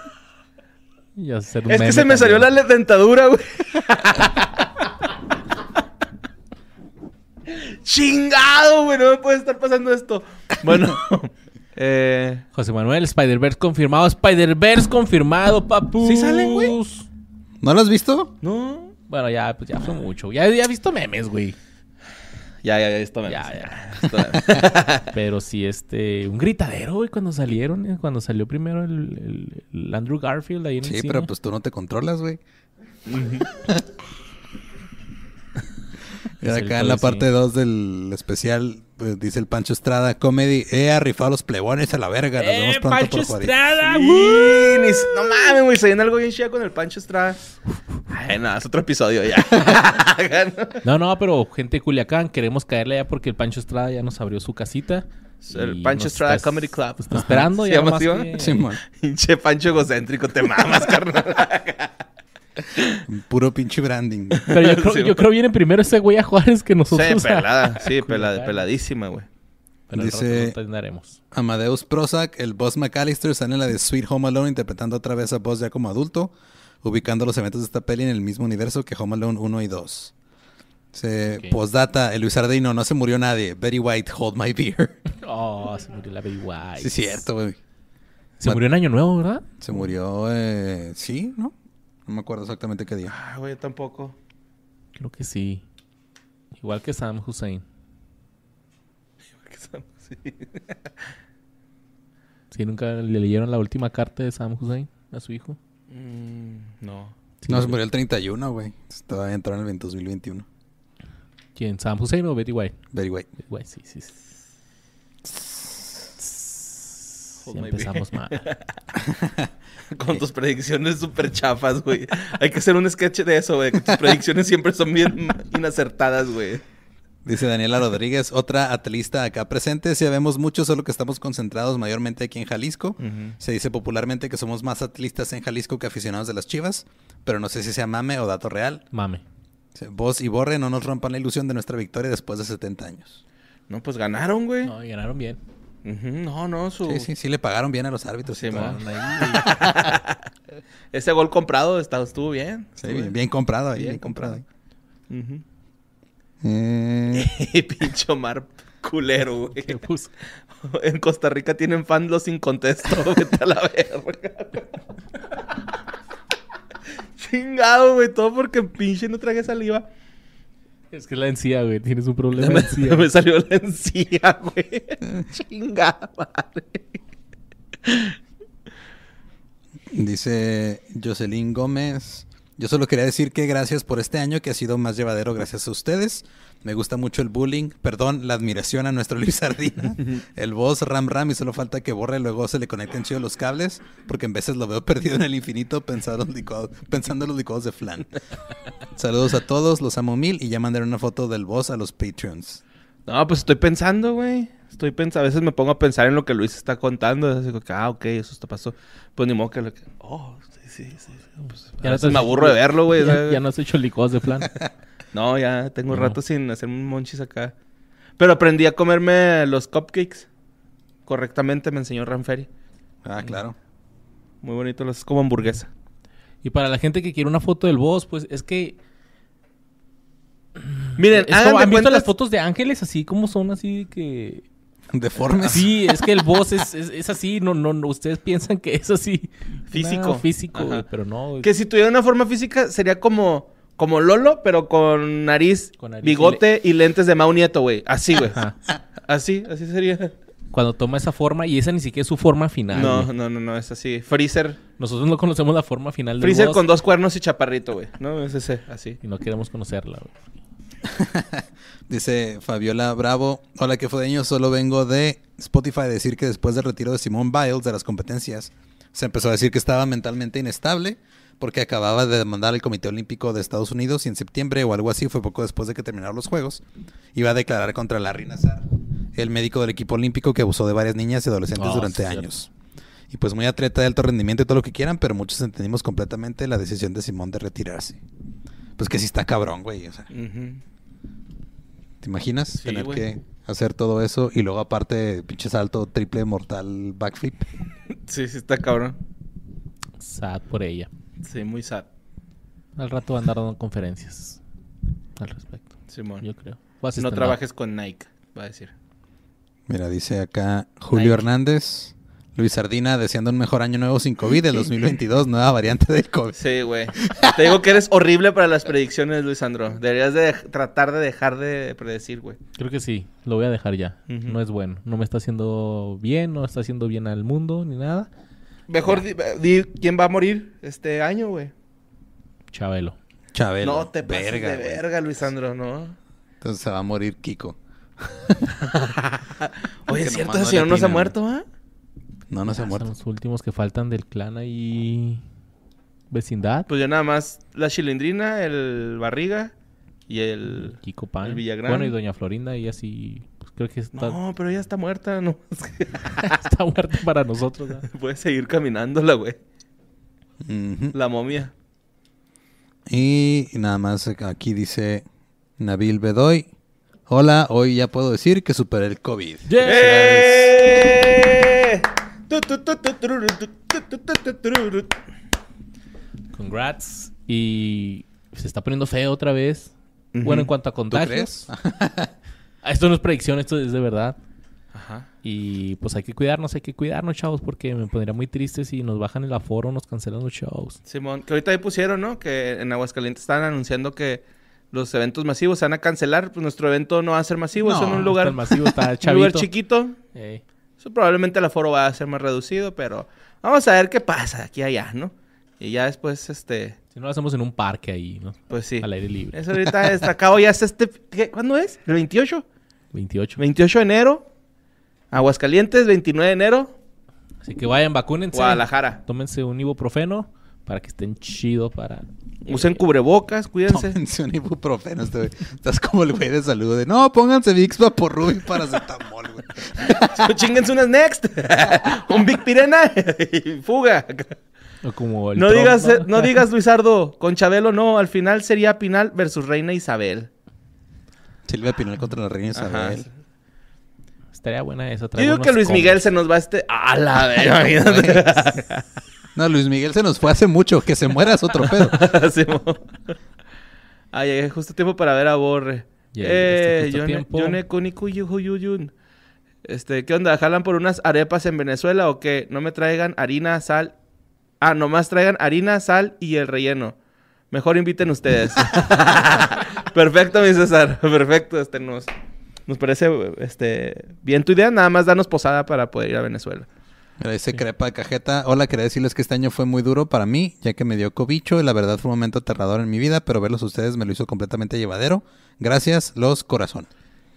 Y hacer un
Es
meme
que se me salió la
también.
le- dentadura, güey. Chingado, güey. No me puede estar pasando esto.
(laughs)
Bueno. eh,
José Manuel, Spider-Verse confirmado. Spider-Verse confirmado, papu.
¿Sí salen, güey?
¿No lo has visto?
no.
Bueno, ya, pues ya fue mucho. Ya ya he visto memes, güey.
Ya, ya, ya, esto menos.
Ya,
ya,
(laughs)
esto menos.
Pero sí, este, un gritadero, güey, cuando salieron, eh, cuando salió primero el, el- el Andrew Garfield ahí en el
Sí,
cine.
pero pues tú no te controlas, güey. Y
Es el
acá en la
todo,
parte
sí.
2 del especial pues, dice el Pancho Estrada Comedy, eh, ha rifado a los plebones a la verga, nos vemos
¡Eh,
pronto
Pancho
por Juárez.
Estrada!
Sí, ni s- no mames, güey, se viene algo bien chido con el Pancho Estrada. Ay, no, es otro episodio
(laughs)
ya.
No, no, pero gente de Culiacán, queremos caerle ya porque el Pancho Estrada ya nos abrió su casita.
El
Y
Pancho
nos
Estrada
está-
Comedy Club.
Está
(laughs)
esperando
¿Se
ya.
llama
nomás
así, va?
que-
Simón,
Pinche Pancho egocéntrico, te mamas, carnal.
puro pinche branding.
(laughs) Pero yo creo,
Sí,
yo creo viene primero ese güey a Juárez que
Sí,
nosotros. a-
pelada, sí, pelada,
Culiacán.
peladísima, güey.
Pero
Dice-
Dice... andaremos.
Amadeus Prozac, el boss McAllister, sale en la de Sweet Home Alone interpretando otra vez a Boss ya como adulto, ubicando los eventos de esta peli en el mismo universo que Home Alone 1 y 2. Se
Ok.
Postdata, el Luis Ardino, no se murió nadie. Betty White, hold my beer. (laughs)
Oh, se murió la Baby White.
sí, es cierto, güey.
Se murió en Año Nuevo, ¿verdad?
Se murió, eh, sí, ¿no? No me acuerdo exactamente qué día.
Ah, güey, yo tampoco.
Creo que sí. Igual que Sam Hussein. Sí, nunca le leyeron la última carta de Sam Hussein a su hijo.
Mm, no.
Sí,
No, se murió el 31, güey. Todavía entró en el 2021.
¿Quién? ¿Sam Hussein o Betty White?
Very White.
Betty White, sí, sí. sí.
Hold
Ya
my
empezamos mal.
(laughs)
Eh.
Con tus predicciones súper chafas, güey. Hay que hacer un sketch de eso, güey. que Tus predicciones siempre son bien inacertadas, güey.
Dice Daniela Rodríguez, otra atlista acá presente. Si vemos mucho, solo que estamos concentrados mayormente aquí en Jalisco. Se dice popularmente que somos más atlistas en Jalisco que aficionados de las chivas, pero no sé si sea mame o dato real.
Mame.
Dice, Vos y Borre no nos rompan la ilusión de nuestra victoria después de 70 años.
No, pues ganaron, güey. Ujú,
No, y ganaron bien.
No, no, su...
Sí, sí, sí, le pagaron bien a los árbitros. y
Sí,
todo.
ma.
Ganaron Ah, ahí.
Ese gol comprado está- estuvo bien.
Sí,
estuvo
bien, bien comprado ahí, bien,
Bien
comprado. ahí.
Ujú. (laughs)
Eh,
Pincho mar culero,
(laughs)
güey.
¿Qué puso?
En Costa Rica tienen fans los sin contexto. Vete a la verga. (laughs) Chingado, güey. Todo porque pinche no tragué saliva.
Es que es la encía, güey. Tienes un problema de
Me,
encía.
(laughs) me salió la encía, (laughs) güey. Chingada madre.
dice Jocelyn Gómez. Yo solo quería decir que gracias por este año que ha sido más llevadero gracias a ustedes. Me gusta mucho el bullying, perdón, la admiración a nuestro Luis Sardina, el boss Ram Ram y solo falta que borre y luego se le conecten chido los cables, porque en veces lo veo perdido en el infinito pensando, en licuado- pensando en los licuados de flan. Saludos a todos, los amo mil y ya mandaron una foto del boss a los Patreons.
No, pues estoy pensando, güey. Estoy pensando. A veces me pongo a pensar en lo que Luis está contando. Así como que, ah, ok, eso está pasó. Pues ni modo que lo que. Oh, sí, sí, sí. sí. Pues,
Ya
a
no
veces
te-
me aburro de verlo, güey.
Ya,
¿sabes?
ya no has hecho licuados de flan.
No, ya tengo
No.
rato sin hacer un monchis acá. Pero aprendí a comerme los cupcakes. Correctamente me enseñó Ranferi.
Ah, claro.
Muy bonito, los es como hamburguesa.
Y para la gente que quiere una foto del boss, pues es que.
Miren,
es como-
hagan de
¿Han visto
cuentas-
las fotos de ángeles así como son, así que.
Deformes.
Sí, es que el boss es, es, es así. No, no, no, ustedes piensan que es así.
Físico.
Nada físico,
Ajá.
güey, pero no.
Que si tuviera una forma física sería como, como Lolo, pero con nariz,
Con nariz
bigote y, lentes de Mao Nieto, güey. Así, güey.
Ajá.
Así, así sería.
Cuando toma esa forma, y esa ni siquiera es su forma final.
no,
güey.
no, no, no, es así. Freezer.
Nosotros no conocemos la forma final del
Freezer
boss.
con dos cuernos y chaparrito, güey. No, es ese, así.
Y no queremos conocerla, güey.
Dice Fabiola Bravo, hola que fodeño, solo vengo de Spotify a decir que después del retiro de Simone Biles de las competencias, se empezó a decir que estaba mentalmente inestable porque acababa de demandar al Comité Olímpico de Estados Unidos y en septiembre o algo así, fue poco después de que terminaron los Juegos, iba a declarar contra Larry Nazar, el médico del equipo olímpico que abusó de varias niñas y adolescentes
Ah,
durante
sí, cierto.
años. Y pues muy atleta de alto rendimiento y todo lo que quieran, pero muchos entendimos completamente la decisión de Simón de retirarse. Pues que sí está cabrón, güey. O sea.
Ujú.
¿Te imaginas
Sí,
tener
güey.
que hacer todo eso y luego aparte pinche salto triple mortal backflip?
Sí, sí, está cabrón.
Sad por ella.
Sí, muy sad.
Al rato va a andar dando conferencias al respecto,
Simón.
yo creo. O hace
No
stand-up.
trabajes con Nike, va a decir.
Mira, dice acá Julio
Nike.
Hernández. Luis Sardina deseando un mejor año nuevo sin COVID el 2022, nueva variante del COVID.
Sí, güey. Te digo que eres horrible para las predicciones, Luisandro. Deberías de dej- tratar de dejar de predecir, güey.
Creo que sí, lo voy a dejar ya.
Ujú.
No es bueno. No me está haciendo bien, no está haciendo bien al mundo ni nada.
Mejor di, di quién va a morir este año, güey.
Chabelo.
Chabelo.
No te pases de
güey.
verga, Luisandro, ¿no?
Entonces se va a morir Kiko.
Oye,
que
es cierto,
nomás no
ese señor no se
latina,
ha muerto, ¿ah?
No, no se
Ah,
ha
Son
muerto.
los últimos que faltan del clan ahí. Vecindad.
Pues yo nada más la chilindrina, el barriga y el...
Kiko Pan.
el Villagrán.
Bueno, y Doña Florinda, y así. Pues creo que está,
No, pero ella está muerta, (laughs) no.
(laughs) está muerta para nosotros.
(laughs)
¿no?
Puede seguir caminándola, güey.
Ujú.
La momia.
Y nada más aquí dice Nabil Bedoy. Hola, hoy ya puedo decir que superé el COVID.
¡Eh! Tu, tu, tu, tu, tururu, tu, tu, tu, tu, tu, tururu.
Congrats. Y se está poniendo feo otra vez.
Ujú.
Bueno, en cuanto a
¿Tú
contagios.
crees?
Ah, Esto no es predicción, esto es de verdad.
Ajá.
Y pues hay que cuidarnos, hay que cuidarnos, chavos, porque me pondría muy triste si nos bajan el aforo, nos cancelan los shows.
Simón, que ahorita ahí pusieron, ¿no? Que en Aguascalientes están anunciando que los eventos masivos se van a cancelar. Pues nuestro evento no va a ser masivo, es en
No,
un lugar,
Ah, Está masivo, está
(laughs) un lugar
chavito.
chiquito.
Ey.
Eso probablemente el aforo va a ser más reducido, pero vamos a ver qué pasa de aquí a allá, ¿no? Y ya después, este,
Si no lo hacemos en un parque ahí, ¿no?
pues sí.
Al aire libre.
Eso ahorita destacado ya es este, ¿qué? ¿cuándo es? ¿El 28?
28.
28 de enero. Aguascalientes, 29 de enero.
Así que vayan, vacúnense.
Guadalajara.
Tómense un ibuprofeno para que estén chido para...
Usen cubrebocas, cuídense.
Tómense un ibuprofeno. este güey. Estás como el güey de salud de no, pónganse Vicks por Ruby para acetamol, güey.
(laughs) Chinguense unas next. Un Big Pirena y fuga.
O como el
No
Trump,
digas, eh, no digas Luisardo, con Chabelo no, al final sería Pinal versus Reina Isabel.
Silvia Pinal contra la reina
Ajá.
Isabel.
(laughs) Estaría buena esa.
Yo
traer
digo que
unos
Luis
combos.
Miguel se nos va este. ¡A la verga! imagínate.
No, Luis Miguel se nos fue hace mucho. Que se muera es otro pedo.
Sí, mo. (laughs) Ay, llegué justo a tiempo para ver a Borre.
Llegaste
Eh,
justo a
Yone-
tiempo.
Yone Kunikuyuyuyun. Este, ¿qué onda? ¿Jalan por unas arepas en Venezuela o qué? No me traigan harina, sal. Ah, nomás traigan harina, sal y el relleno. Mejor inviten ustedes. (laughs) perfecto, mi César. Perfecto, este nos. Nos parece este, bien tu idea, nada más danos posada para poder ir a Venezuela.
Mira, dice Crepa de Cajeta. Hola, quería decirles que este año fue muy duro para mí, ya que me dio cobicho y la verdad fue un momento aterrador en mi vida, pero verlos a ustedes me lo hizo completamente llevadero. Gracias, los corazón.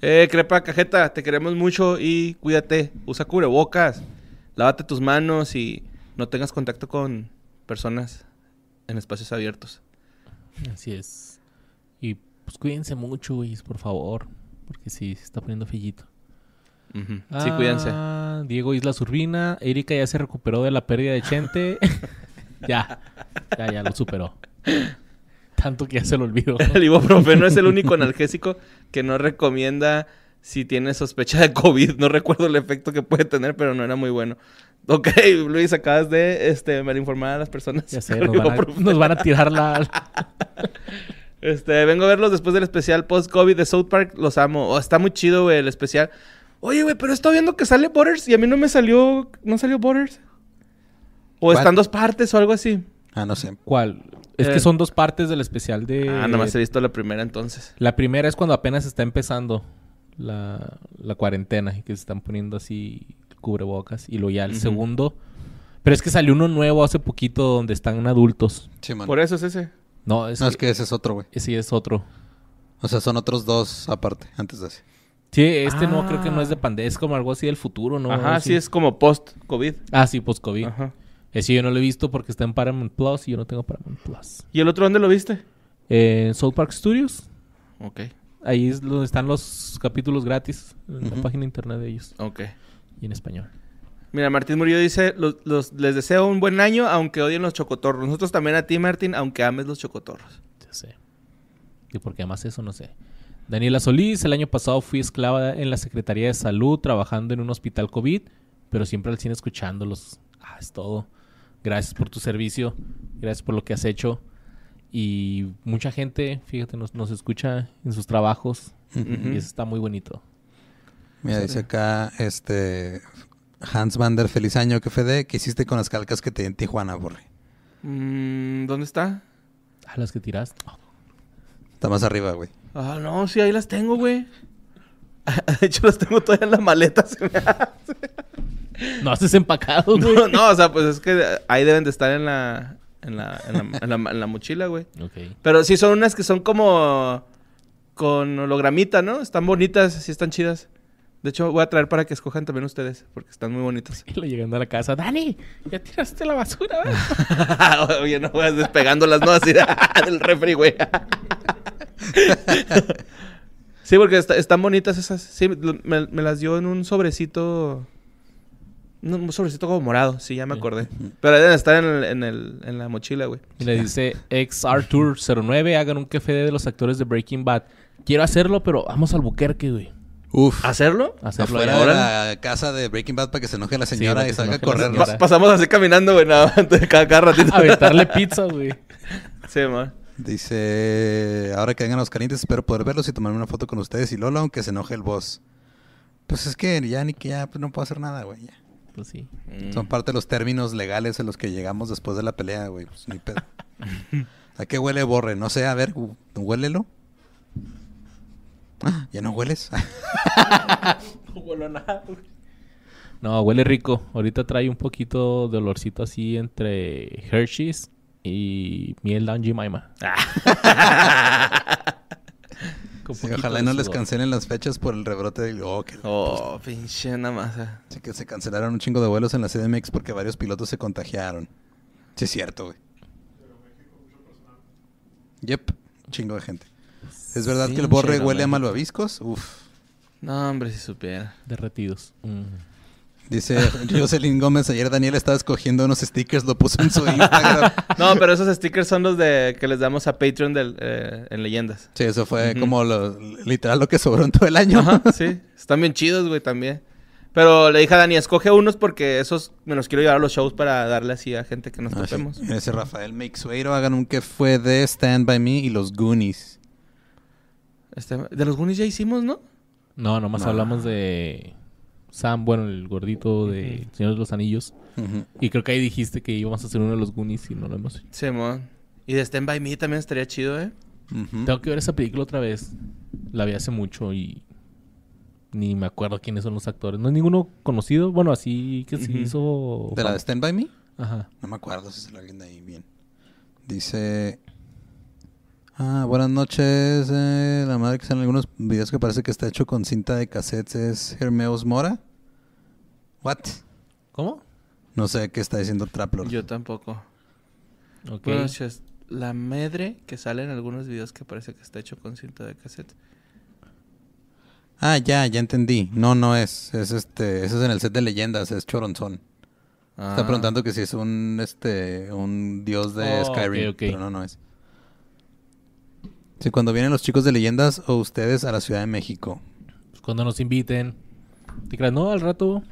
Eh, crepa cajeta, te queremos mucho y cuídate, usa cubrebocas, lávate tus manos y no tengas contacto con personas en espacios abiertos.
Así es. Y pues cuídense mucho, güey, por favor. Porque sí, se está poniendo fillito.
Ujú. Sí, cuídense. (laughs)
Ah, Diego Islas Urbina. Erika ya se recuperó de la pérdida de Chente. (laughs) ya. Ya, ya lo superó. Tanto que ya se lo olvidó.
(laughs) El ibuprofeno es el único analgésico que no recomienda si tienes sospecha de COVID. No recuerdo el efecto que puede tener, pero no era muy bueno. Ok, Luis, acabas de este, malinformar a las personas.
Ya sé,
(laughs) con
nos van a,
ibuprofeno.
nos van a tirar la.
Este, vengo a verlos después del especial post-COVID de South Park. Los amo. Oh, está muy chido, güey, el especial. Oye, güey, pero estoy viendo que sale Butters y a mí no me salió... ¿No salió Butters? O
¿Cuál?
están dos partes o algo así.
Ah, no sé.
¿Cuál? Es
Eh.
que son dos partes del especial de.
Ah, nada más he visto la primera entonces.
La primera es cuando apenas está empezando la, la cuarentena y que se están poniendo así cubrebocas. Y luego ya el
Ujú.
segundo. Pero es que salió uno nuevo hace poquito donde están adultos.
Simón.
Por eso es ese.
No, es,
no,
que-
es que ese es otro, güey.
ese es otro.
O sea, son otros dos aparte, antes de ese.
Sí, este no
Ah.
creo que no es de pandemia, es como algo así del futuro, ¿no?
Ajá,
Algo
sí, es como post-COVID.
Ah, sí, post-COVID.
Ajá.
Ese yo no lo he visto porque está en Paramount Plus y yo no tengo Paramount Plus.
¿Y el otro dónde lo viste?
En South Park Studios,
Ok,
ahí es donde están los capítulos gratis en la
Ujú.
página de internet de ellos
ok.
y en español.
Mira, Martín Murillo dice, los, los- les deseo un buen año aunque odien los chocotorros. Nosotros también a ti, Martín, aunque ames los chocotorros.
Ya sé. ¿Y por qué además eso? No sé. Daniela Solís, el año pasado fui esclava en la Secretaría de Salud trabajando en un hospital COVID, pero siempre al cine escuchándolos. Ah, es todo. Gracias por tu servicio, gracias por lo que has hecho. Y mucha gente, fíjate, nos, nos escucha en sus trabajos
Ujú.
y eso está muy bonito.
Mira, dice acá, este, Hans Vander, feliz año, que Fede. ¿Qué hiciste con las calcas que te di en Tijuana, Borre?
Mm, ¿Dónde está?
Ah, las que tiraste. Ah,
Está más arriba, güey.
Ah, no, sí, ahí las tengo, güey. (laughs) De hecho, las tengo todavía en la maleta. se me hace.
No has desempacado, güey.
(laughs) No, no, o sea, pues es que ahí deben de estar en la, en la, en la, en la- en la mochila, güey.
Ok. (laughs)
Pero sí, son unas que son como con hologramita, ¿no? Están bonitas, sí están chidas. De hecho, voy a traer para que escojan también ustedes, porque están muy bonitas.
Y lo llegando a la casa, Dani, ya tiraste la basura, ¿verdad?
(laughs) Oye, no vas despegándolas, ¿no? Así de- (laughs) del refri, güey. (laughs) sí, porque está- están bonitas esas. Sí, lo- me, me las dio en un sobrecito. no, Un sobrecito como morado, sí, ya me
Sí.
acordé. Pero deben estar en, el- en el- en la mochila, güey.
Y le dice ex Arthur 09, hagan un café de los actores de Breaking Bad. Quiero hacerlo, pero vamos al buquerque, güey.
Uf.
¿Hacerlo?
Hacerlo
Afuera Ah, de
ahora.
la casa de Breaking Bad para que se enoje la señora
para que
y
se
salga a
enoje la
correr.
señora.
Pa- pasamos así caminando, güey, nada más, entonces, cada, cada ratito.
(laughs) Aventarle pizza, güey.
(laughs) Sí, man.
Dice, ahora que vengan los calientes, espero poder verlos y tomarme una foto con ustedes y Lolo, aunque se enoje el boss. Pues es que ya ni que ya pues, no puedo hacer nada, güey. ya.
Pues sí.
Mm.
Son parte de los términos legales en los que llegamos después de la pelea, güey. Pues ni
(laughs)
pedo. ¿A qué huele Borre? No sé, a ver, hu- huélelo. Ah, ¿Ya no hueles? (laughs)
No huelo nada, No, huele rico. Ahorita trae un poquito de olorcito así entre Hershey's y miel Down Jemima.
Ah.
Con
Sí,
poquito
ojalá
de
y no les
sudor.
cancelen las fechas por el rebrote del... Oh, que-
Oh, pinche nada más. ah.
Sí que se cancelaron un chingo de vuelos en la CDMX porque varios pilotos se contagiaron. Sí es cierto, güey. Yep, chingo de gente. ¿Es verdad que el borre
Pinche
huele a
México.
malvaviscos? Uf.
No, hombre, si supiera.
Derretidos. Mm.
Dice Jocelyn Gómez, ayer Daniel estaba escogiendo unos stickers, lo puso en su Instagram.
(laughs) No, pero esos stickers son los de que les damos a Patreon del, eh, en leyendas.
Sí, eso fue
Ujú.
como lo- literal lo que sobró en todo el año.
Ajá, sí. Están bien chidos, güey, también. Pero le dije a Dani, escoge unos porque esos me los quiero llevar a los shows para darle así a gente que nos
Ah, sí.
topemos.
Dice Rafael Meixueiro, hagan un que fue de Stand By Me y los Goonies.
Este, de los Goonies ya hicimos, ¿no?
No, nomás
No.
hablamos de Sam, bueno, el gordito de Señor de los Anillos.
Ujú.
Y creo que ahí dijiste que íbamos a hacer uno de los Goonies y no lo hemos hecho.
Simón. Y de Stand By Me también estaría chido, ¿eh?
Ujú.
Tengo que ver esa película otra vez. La vi hace mucho y ni me acuerdo quiénes son los actores. No es ninguno conocido. Bueno, así que se
Ujú.
hizo.
¿De la de Stand By Me?
Ajá.
No me acuerdo si se lo alguien de ahí bien. Dice. Ah, buenas noches. eh, la madre que sale en algunos videos que parece que está hecho con cinta de cassettes es Hermeos Mora. What?
¿Cómo?
No sé qué está diciendo Traplor.
Yo tampoco.
Ok.
Bueno, si es la madre que sale en algunos videos que parece que está hecho con cinta de cassette.
Ah, ya, ya entendí. No, no es. Es este, eso es en el set de leyendas, es Choronzón. Está
Ah.
preguntando que si es un este un dios de
Oh,
Skyrim,
ok, ok.
pero no no es. Sí, cuando vienen los chicos de leyendas o ustedes a la Ciudad de México.
Pues cuando nos inviten. ¿Te creas? No, al rato.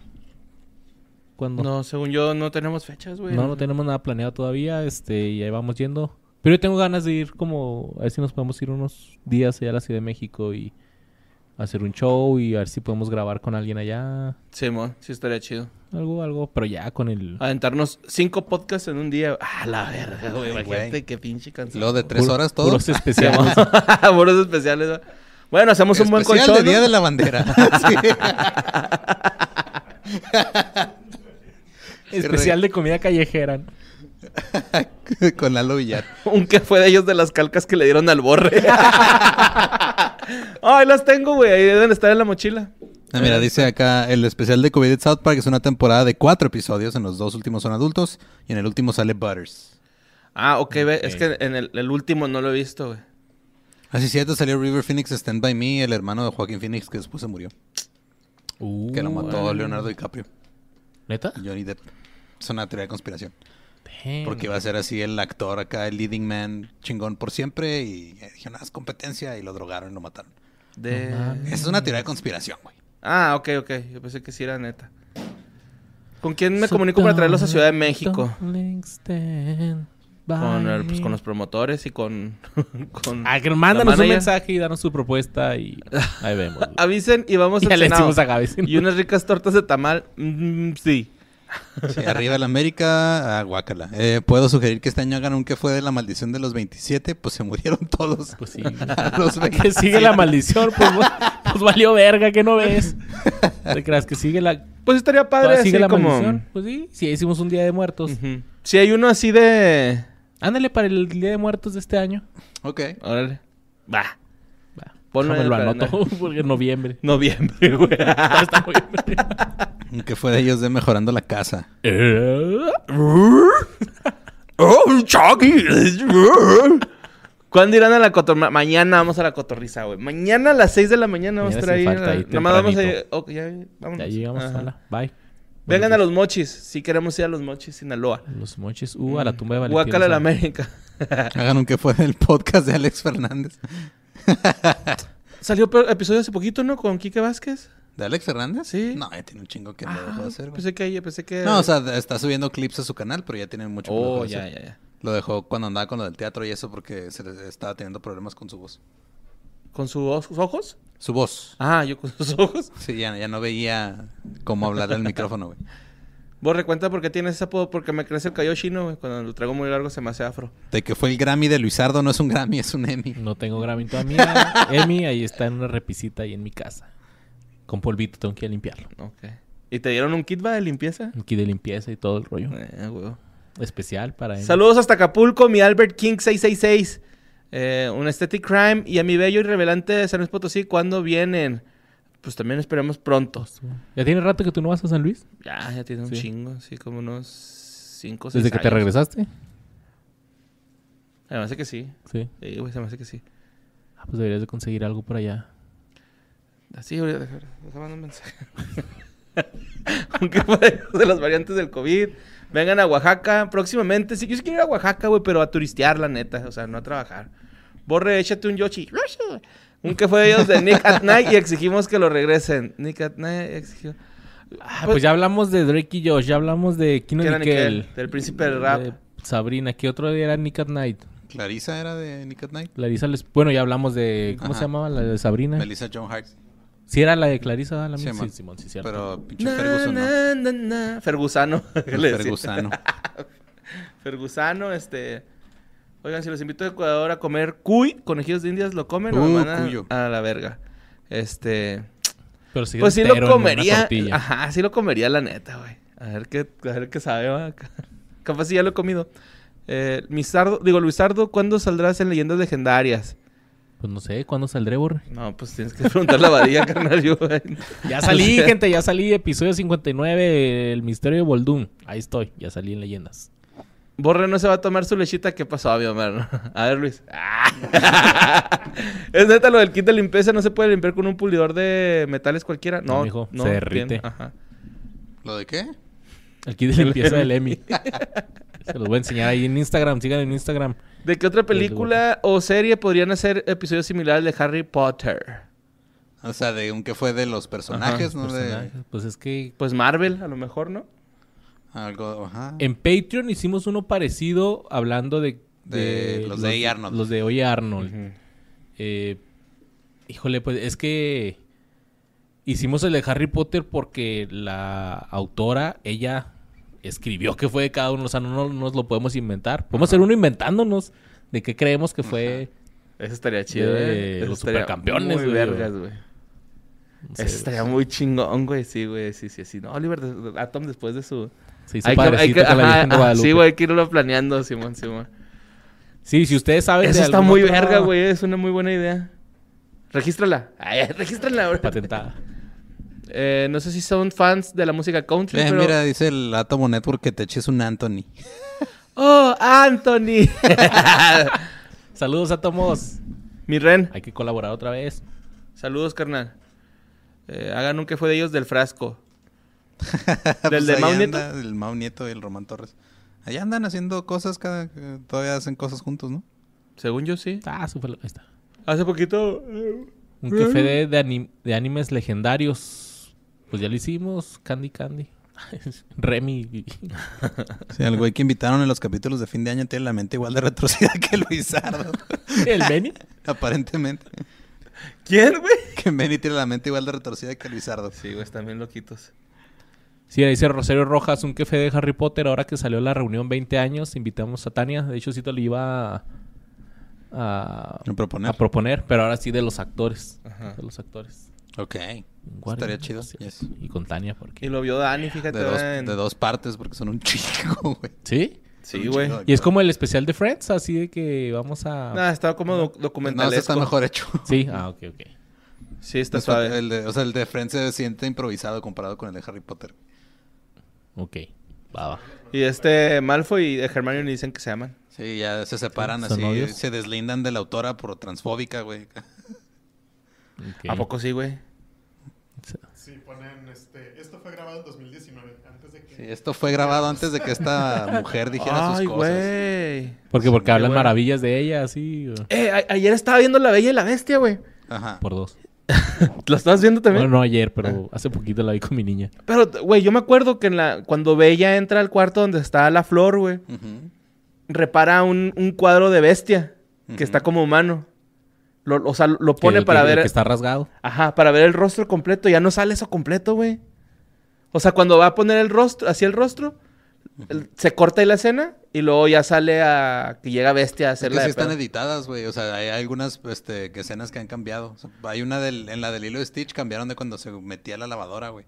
Cuando. No,
No, según yo no tenemos fechas, güey.
no, tenemos nada planeado todavía. Este, y ahí vamos yendo. Pero yo tengo ganas de ir como. A ver si nos podemos ir unos días allá a la Ciudad de México y hacer un show y a ver si podemos grabar con alguien allá.
Simón, sí estaría chido.
Algo, algo. Pero ya con el.
Ah, Aventarnos cinco podcasts en un día. Ah, la verga, güey.
Ay,
Imagínate
güey.
qué pinche canción.
Luego
(laughs)
de tres
Puro-
horas todo.
Puros
(laughs)
especiales.
Puros especiales. güey. Bueno, hacemos un buen
Especial
colchón.
de Día
¿no?
de la Bandera. (laughs) Sí.
(laughs)
Especial de comida callejera.
(laughs) Con Lalo Villar.
Un que fue de ellos de las calcas que le dieron al borre. (laughs) Ay, las tengo, güey. Ahí deben estar en la mochila.
Ah, mira,
Este.
dice acá, el especial de COVID at South Park es una temporada de cuatro episodios, en los dos últimos son adultos y en el último sale Butters.
Ah, ok, ve. Es
Ok.
que en el, el último no lo he visto, güey.
Así Ah, cierto, salió River Phoenix Stand By Me, el hermano de Joaquín Phoenix que después se murió, que lo mató Leonardo DiCaprio
Uh, ¿Neta?
y Johnny Depp. Es una teoría de conspiración.
Damn.
Porque iba a ser así el actor acá, el leading man, chingón por siempre. Y eh, dijeron, "Ah, es competencia. Y lo drogaron y lo mataron.
De...
No mames.
Esa es una teoría de conspiración, güey.
ah, ok, ok. Yo pensé que sí era neta. ¿Con quién me
So
comunico para traerlos a Ciudad de
don't-
México?
don't stand
Con, el- pues, con los promotores y con... (laughs) con
Ah, que nos
la
mándanos un
manager.
mensaje y danos su propuesta y ahí vemos.
(laughs)
güey.
Avisen y
(laughs)
vamos
ya
al
le
Senado.
decimos a Gaby. si no.
Ah, pues, Y unas ricas tortas de tamal. mm, sí.
Sí, (laughs) arriba la América, ah, guácala. Eh, Puedo sugerir que este año hagan un que fue de la maldición de los 27, pues se murieron todos.
Pues sí.
(laughs) A
(laughs)
los
Que
27.
sigue la maldición, pues, güey. pues valió verga, que no ves. ¿Te
(laughs)
creas que sigue la,
Pues estaría padre
todavía
así
sigue la
como...
maldición? Pues sí, sí, hicimos un Día de Muertos.
Ujú. Si hay uno así de...
Ándale para el Día de Muertos de este año.
Ok.
Órale. Va.
Va,
Ponlo en el
déjamelo
calendario.
anoto, (laughs) porque en noviembre.
Noviembre, güey.
Todavía está noviembre.
Un que fue de ellos de mejorando la casa.
¡Oh, Chucky! ¿Cuándo irán a la cotorriza? Mañana vamos a la cotorriza, güey. Mañana a las 6 de la mañana vamos a estar
Mañana sin
ahí. en
falta, ahí
la- Nada más vamos a
tempranito.
Ok, ya, vámonos.
ya llegamos
Ajá.
a la... Bye.
Vengan a los mochis. Sí queremos ir a los mochis, Sinaloa.
Los moches. Uh, a la tumba de Valentín.
Guacala la
Elizalde.
América. (laughs)
Hagan un que fue del podcast de Alex Fernández.
Salió pe- episodio hace poquito, ¿no? Con Quique Vázquez.
¿De Alex Fernández?
Sí.
No, ya tiene un chingo que no
Ah,
dejó de
pues
hacer. güey.
pensé que ahí, pensé que...
No, o sea, de- está subiendo clips a su canal, pero ya tiene mucho que lo dejó
Oh,
de
ya,
hacer.
ya, ya.
Lo dejó cuando andaba con lo del teatro y eso porque se le- estaba teniendo problemas con su voz.
¿Con sus ojos?
Su voz.
Ah, yo con sus ojos.
Sí, ya, ya no veía cómo hablar al (laughs) micrófono, güey.
Vos recuenta por qué tienes ese apodo, porque me crece el cabello chino, güey. Cuando lo traigo muy largo se me hace afro.
De que fue el Grammy de Luisardo, no es un Grammy, es un Emmy.
No tengo Grammy todavía. mía. Emi, ahí está en una repisita ahí en mi casa. Con polvito, tengo que ir a limpiarlo.
Ok. ¿Y te dieron un kit va, de limpieza?
Aquí de limpieza y todo el rollo.
Eh, güey.
Especial para Emi.
Saludos hasta Acapulco, mi Albert King 666. Eh, un aesthetic crime y a mi bello y revelante San Luis Potosí, ¿cuándo vienen? Pues también esperemos pronto.
¿Ya tiene rato que tú no vas a San Luis?
Ya, ya tiene un
Sí.
chingo, sí, como unos 5
Desde que te regresaste.
Además de que sí.
Sí.
Sí, güey, se me hace que sí.
Ah, pues deberías de conseguir algo por allá.
Así, ahorita déjame mandar un mensaje. (laughs) Aunque fue de las variantes del COVID. Vengan a Oaxaca próximamente. Sí, yo sí quiero ir a Oaxaca, güey, pero a turistear, la neta. O sea, no a trabajar. Borre, échate un Yoshi. Un que fue de ellos de Nick at Night y exigimos que lo regresen. Nick at Night exigió.
Ah, pues, ya hablamos de Drake y Josh, ya hablamos de Kino
Keira
Nickel,
Nickel, del príncipe del rap.
de Sabrina, que otro día era Nick at Night.
Clarisa era de Nick at Night.
Clarisa les... Bueno, ya hablamos de... ¿Cómo
Ajá.
se llamaba? La de
Eh.
Sabrina.
Melissa Joan Hart.
Sí era la de Clarisa, ¿verdad? la
Sí,
misma.
man.
Sí, Simón, sí, cierto.
Pero pinche Ferguson, ¿no?
Na, na, na, na. Fergusano. (laughs)
El
le decía.
Fergusano.
Fergusano, este. Oigan, si los invito a Ecuador a comer cuy, conejillos de indias, ¿lo comen o
Uh,
me van a-
cuyo.
a, la verga? Este.
Pero sí
pues sí
entero en
lo
una
comería.
tortilla.
Ajá, sí lo comería, la neta, güey. A ver qué, a ver qué sabe, va. (laughs) Capaz si ya lo he comido. Eh, Misardo, digo, Luisardo, ¿cuándo saldrás en leyendas legendarias?
Pues no sé, ¿cuándo saldré, Borre?
No, pues tienes que preguntar la varilla, (laughs) carnal. Yo, güey.
(laughs) Ya salí,
O sea,
gente, ya salí. Episodio 59, El Misterio de Boldún. Ahí estoy, ya salí en Leyendas.
Borre no se va a tomar su lechita. ¿Qué pasó, mi hermano? A ver, Luis. Ah. (laughs) es neta lo del kit de limpieza. No se puede limpiar con un pulidor de metales cualquiera. No,
No,
no.
mijo, se derrite.
bien, ajá.
¿Lo de qué?
El kit (laughs) de limpieza del Emi. Se los voy a enseñar ahí en Instagram. Síganme en Instagram.
¿De qué otra película o serie podrían hacer episodios similares de Harry Potter?
O sea, de un que fue de los personajes, ¿no?
Personajes. Pues es que
Pues Marvel, a lo mejor, ¿no?
De algo, ajá.
en Patreon hicimos uno parecido hablando de...
De los de Hey Arnold.
Los de Hoy Arnold. Eh, híjole, pues es que hicimos el de Harry Potter porque la autora, ella escribió que fue de cada uno. O sea, no, no nos lo podemos inventar. Podemos hacer uno inventándonos de qué creemos que fue.
Eso estaría chido,
De
¿eh? Eso
los
estaría
supercampeones,
Muy
güey.
vergas, güey.
no sé,
Eso estaría muy chingón, güey. Sí, güey. Sí, sí, sí. No, Oliver de- Atom después de su...
se hizo padrecito con la
ajá,
Virgen de
ajá,
Guadalupe.
Sí, güey. Hay que irlo planeando, Simón, Simón.
Sí, si ustedes saben
Eso
de
está
alguna
muy
otra
verga, güey. Es una muy buena idea. Regístrala. Ay, (laughs) regístrala. güey.
Patentada.
Eh, no sé si son fans de la música country,
Ve,
pero...
Eh, Mira, dice el Atomo Network que te eches un Anthony. (laughs)
¡Oh,
(laughs)
Anthony!
Saludos a Tomos.
Mi Ren.
Hay que colaborar otra vez.
Saludos, carnal. Eh, hagan un que fue de ellos del frasco. ¿Del de
Pues ahí
Mau
anda,
Nieto?
El Mau Nieto y el Román Torres. Allá andan haciendo cosas, cada, eh, todavía hacen cosas juntos, ¿no?
Según yo, sí.
Ah, su fel- Ahí está.
Hace poquito... eh,
Un café de, de anim- de animes legendarios. Pues ya lo hicimos. Candy (laughs) Candy. Remy.
Sí, el güey que invitaron en los capítulos de fin de año tiene la mente igual de retrocida que Luisardo.
¿El Benny?
(laughs) Aparentemente.
¿Quién, güey?
Que Benny tiene la mente igual de retorcida que Luisardo.
Sí, güey, están bien loquitos.
Sí, ahí dice Rosario Rojas, un café de Harry Potter. Ahora que salió la reunión 20 años, invitamos a Tania. De hecho, Cito le iba a, a-
¿Me proponer?
a proponer, pero ahora sí de los actores.
Ajá.
De los actores.
ok. Estaría chido. yes.
Y con Tania, porque.
Y lo vio Dani, fíjate.
De, dos,
ahora en-
de dos partes porque son un chico, güey.
¿Sí?
Son
Sí,
un
güey.
chingo de
Y es
cosas.
como el especial de Friends, así de que vamos a.
Nada, estaba como
No,
doc-
ese
documentalesco.
está mejor hecho.
Sí, ah, ok, ok.
Sí,
(laughs)
está
Está-
suave.
el de- o sea, el de Friends se siente improvisado comparado con el de Harry Potter.
Ok. Va, va.
Y este Malfoy y Hermione dicen que se aman.
Sí, ya se separan
Sí, son
así,
novios.
se deslindan de la autora por transfóbica, güey.
Ok.
¿A poco sí, güey?
Sí, ponen este. Esto fue grabado en 2019, antes de que.
Sí, esto fue grabado antes de que esta
(laughs)
mujer dijera
Ay,
sus cosas.
güey.
Porque, porque hablan
bueno.
maravillas de ella, así. o-
Eh, a- ayer estaba viendo La Bella y la Bestia, güey.
Ajá.
Por dos.
¿Lo estabas viendo también?
Bueno, no ayer, pero hace poquito la vi con mi niña.
Pero, güey, yo me acuerdo que en la, cuando Bella entra al cuarto donde está la flor, güey,
Ujú.
repara un, un cuadro de bestia que está como humano. Lo, o sea, lo pone
Que- que-
para ver.
Que está rasgado.
Ajá, para ver el rostro completo. Ya no sale eso completo, güey. O sea, cuando va a poner el rostro, así el rostro, el- se corta ahí la escena y luego ya sale a que llega Bestia a
Es
hacer
que
la
sí
de
están
pedo.
editadas, güey. O sea, hay algunas este, que escenas que han cambiado. O sea, hay una del, en la del hilo de Stitch cambiaron de cuando se metía a la lavadora, güey.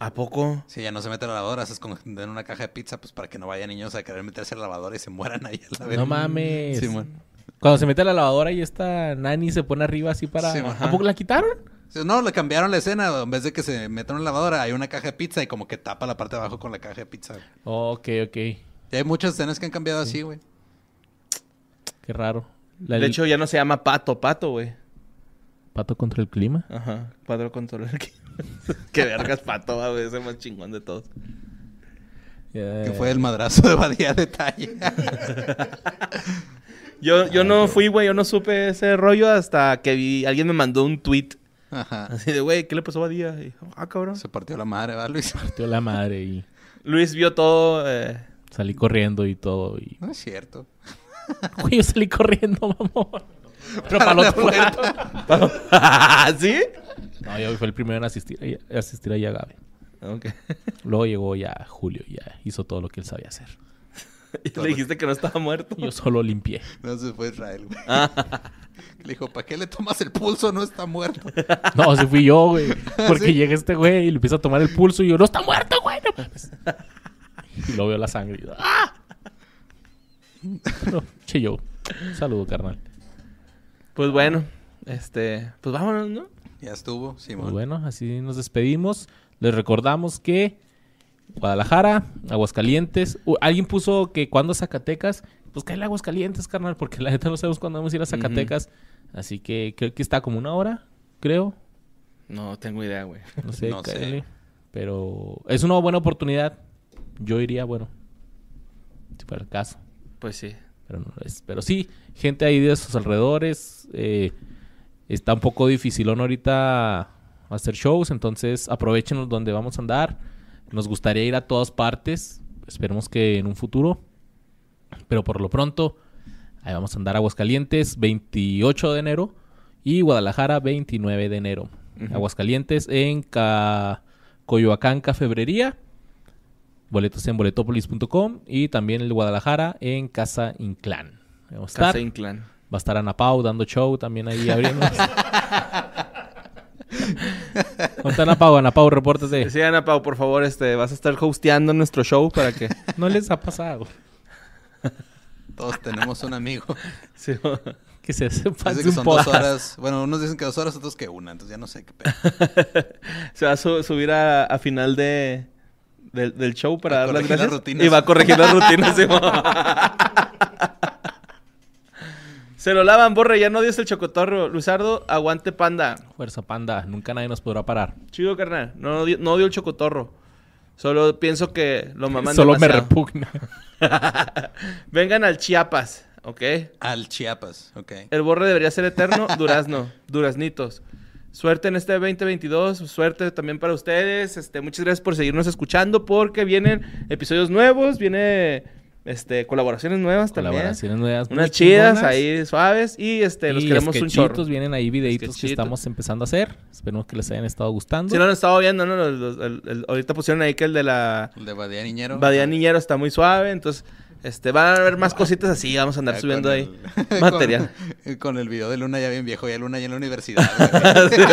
¿A poco?
Si ya no se mete a la lavadora, se esconden en una caja de pizza, pues para que no vayan niños a querer meterse a la lavadora y se mueran ahí a la verga.
No mames.
Simón.
Cuando se mete a la lavadora y esta nani se pone arriba así para.
Sí, ajá.
¿A poco la quitaron?
Sí, No, le cambiaron la escena. En vez de que se metan a la lavadora, hay una caja de pizza y como que tapa la parte de abajo con la caja de pizza. güey.
Ok, ok.
Y hay muchas escenas que han cambiado así, güey.
Qué raro. La
De
del
hecho, ya no se llama Pato, Pato, güey.
pato contra el clima.
Ajá, cuadro control. (laughs) Qué vergas, Pato, va, güey. Es el más chingón de todos.
Eh.
Que fue el madrazo de Badía de Talle. (laughs)
Yo, yo no fui, güey. Yo no supe ese rollo hasta que vi. Alguien me mandó un tweet.
Ajá.
Así de, güey, ¿qué le pasó a Badía? Y, ah, cabrón.
Se partió la madre, ¿verdad, Luis?
Partió la madre y
Luis vio todo. eh, (laughs)
salí corriendo y todo. Y... (laughs)
No es cierto.
Güey, yo salí corriendo, mamón. Pero
(laughs)
para el
la
otro lado.
¿Sí?
No, yo fui el primero en asistir, ahí- asistir ahí a Gabe.
Ok.
Luego llegó ya Julio y ya hizo todo lo que él sabía hacer.
Y le dijiste que no estaba muerto.
Yo solo limpié.
No se fue Israel, güey.
Ah.
Le dijo, ¿para qué le tomas el pulso? No está muerto.
No, sí fui yo, güey. Porque
¿Sí?
llega este güey y le empieza a tomar el pulso y yo, no está muerto, güey. no mames". Y lo veo la sangre. y yo, ¡ah! No, che, yo. Saludo, carnal.
Pues bueno, este, pues vámonos, ¿no?
Ya estuvo, Simón.
Pues bueno, así nos despedimos. Les recordamos que Guadalajara, Aguascalientes. u- Alguien puso que cuando Zacatecas. Pues que hay Aguascalientes, carnal, porque la neta no sabemos cuándo vamos a ir a Zacatecas. Así que creo que está como una hora, creo.
No tengo idea, güey.
No sé,
No sé.
cáele. Pero es una buena oportunidad. Yo iría, bueno, si fuera el caso.
Pues sí.
Pero, no lo es. pero sí, gente ahí de sus alrededores. eh, está un poco difícil ahorita hacer shows, entonces aprovechenos donde vamos a andar. Nos gustaría ir a todas partes. Esperemos que en un futuro. Pero por lo pronto, ahí vamos a andar a Aguascalientes 28 de enero y Guadalajara 29 de enero. Aguascalientes en Ca- Coyoacán Cafebrería. Boletos en boletopolis.com y también el de Guadalajara en Casa Inclán. Ahí Vamos a
Casa
estar.
Inclán.
Va a estar Ana Pau dando show también ahí
(laughs)
abriendo. Ponte Ana Pau, Ana Pau, repórtate.
Sí, Ana Pau, por favor, este, vas a estar hosteando nuestro show para que...
No les ha pasado
Todos tenemos
(laughs)
un amigo.
(laughs) Sí,
que se
Dice
pase
que
un
son dos
podcast.
horas. Bueno, unos dicen que dos horas, otros que una. Entonces ya no sé qué pedo.
se va a su- subir a, a final de, del, del show para
Va a
dar las
corregir las
gracias.
rutinas.
Y va a corregir las rutinas, sí,
(laughs)
Se lo lavan, borre, ya no dios el chocotorro. Luisardo, aguante panda.
Fuerza panda, nunca nadie nos podrá parar.
Chido, carnal. No, dio- no dio el chocotorro. Solo pienso que lo maman
Solo me
demasiado.
repugna.
Vengan al Chiapas, ¿ok?
Al Chiapas, ok.
(laughs)
El borre debería ser eterno. Durazno. Duraznitos. Suerte en este 2022, suerte también para ustedes. Este, muchas gracias por seguirnos escuchando porque vienen episodios nuevos, viene este colaboraciones nuevas también.
Colaboraciones nuevas. muy
Unas chidas
chingonas.
ahí suaves y este los
Y
queremos un chorro.
sketchitos, vienen ahí videitos que
Sketchitos.
estamos empezando a hacer. Esperemos que les hayan estado gustando.
Si no lo han estado viendo, ¿no? Los- los- el- el- ahorita pusieron ahí que el de la
El de Badía Niñero.
Badía Niñero está muy suave, entonces este van a haber más cositas así, vamos a andar
Ah,
subiendo
con
ahí (laughs)
el-
material.
Con, con el video de Luna ya bien viejo, ya Luna ya en la
(laughs)
universidad. güey.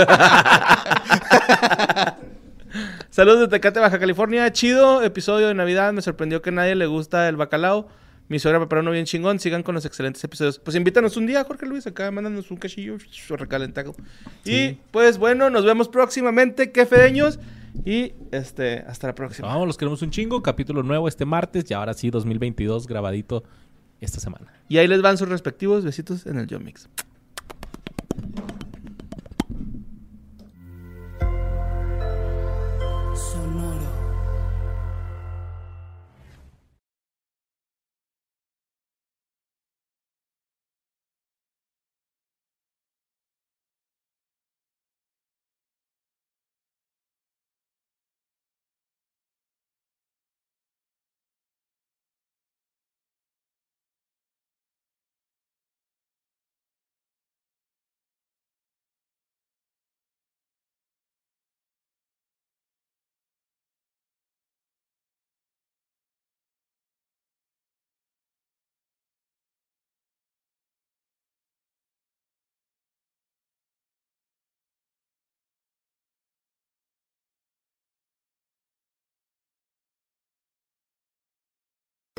Saludos de Tecate, Baja California. Chido episodio de Navidad. Me sorprendió que a nadie le gusta el bacalao. Mi suegra preparó uno bien chingón. Sigan con los excelentes episodios. Pues invítanos un día, Jorge Luis. Acá mándanos un cachillo recalentado. Y pues bueno, nos vemos próximamente, que fedeños. Y este, hasta la próxima.
Vamos, los queremos un chingo. Capítulo nuevo este martes y ahora sí, 2022, grabadito esta semana.
Y ahí les van sus respectivos besitos en el Yomix.
Sonoro.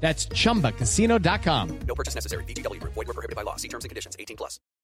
That's chumbacasino.com.
No purchase necessary. VGW Group. Void were prohibited by law. See terms and conditions. 18 plus.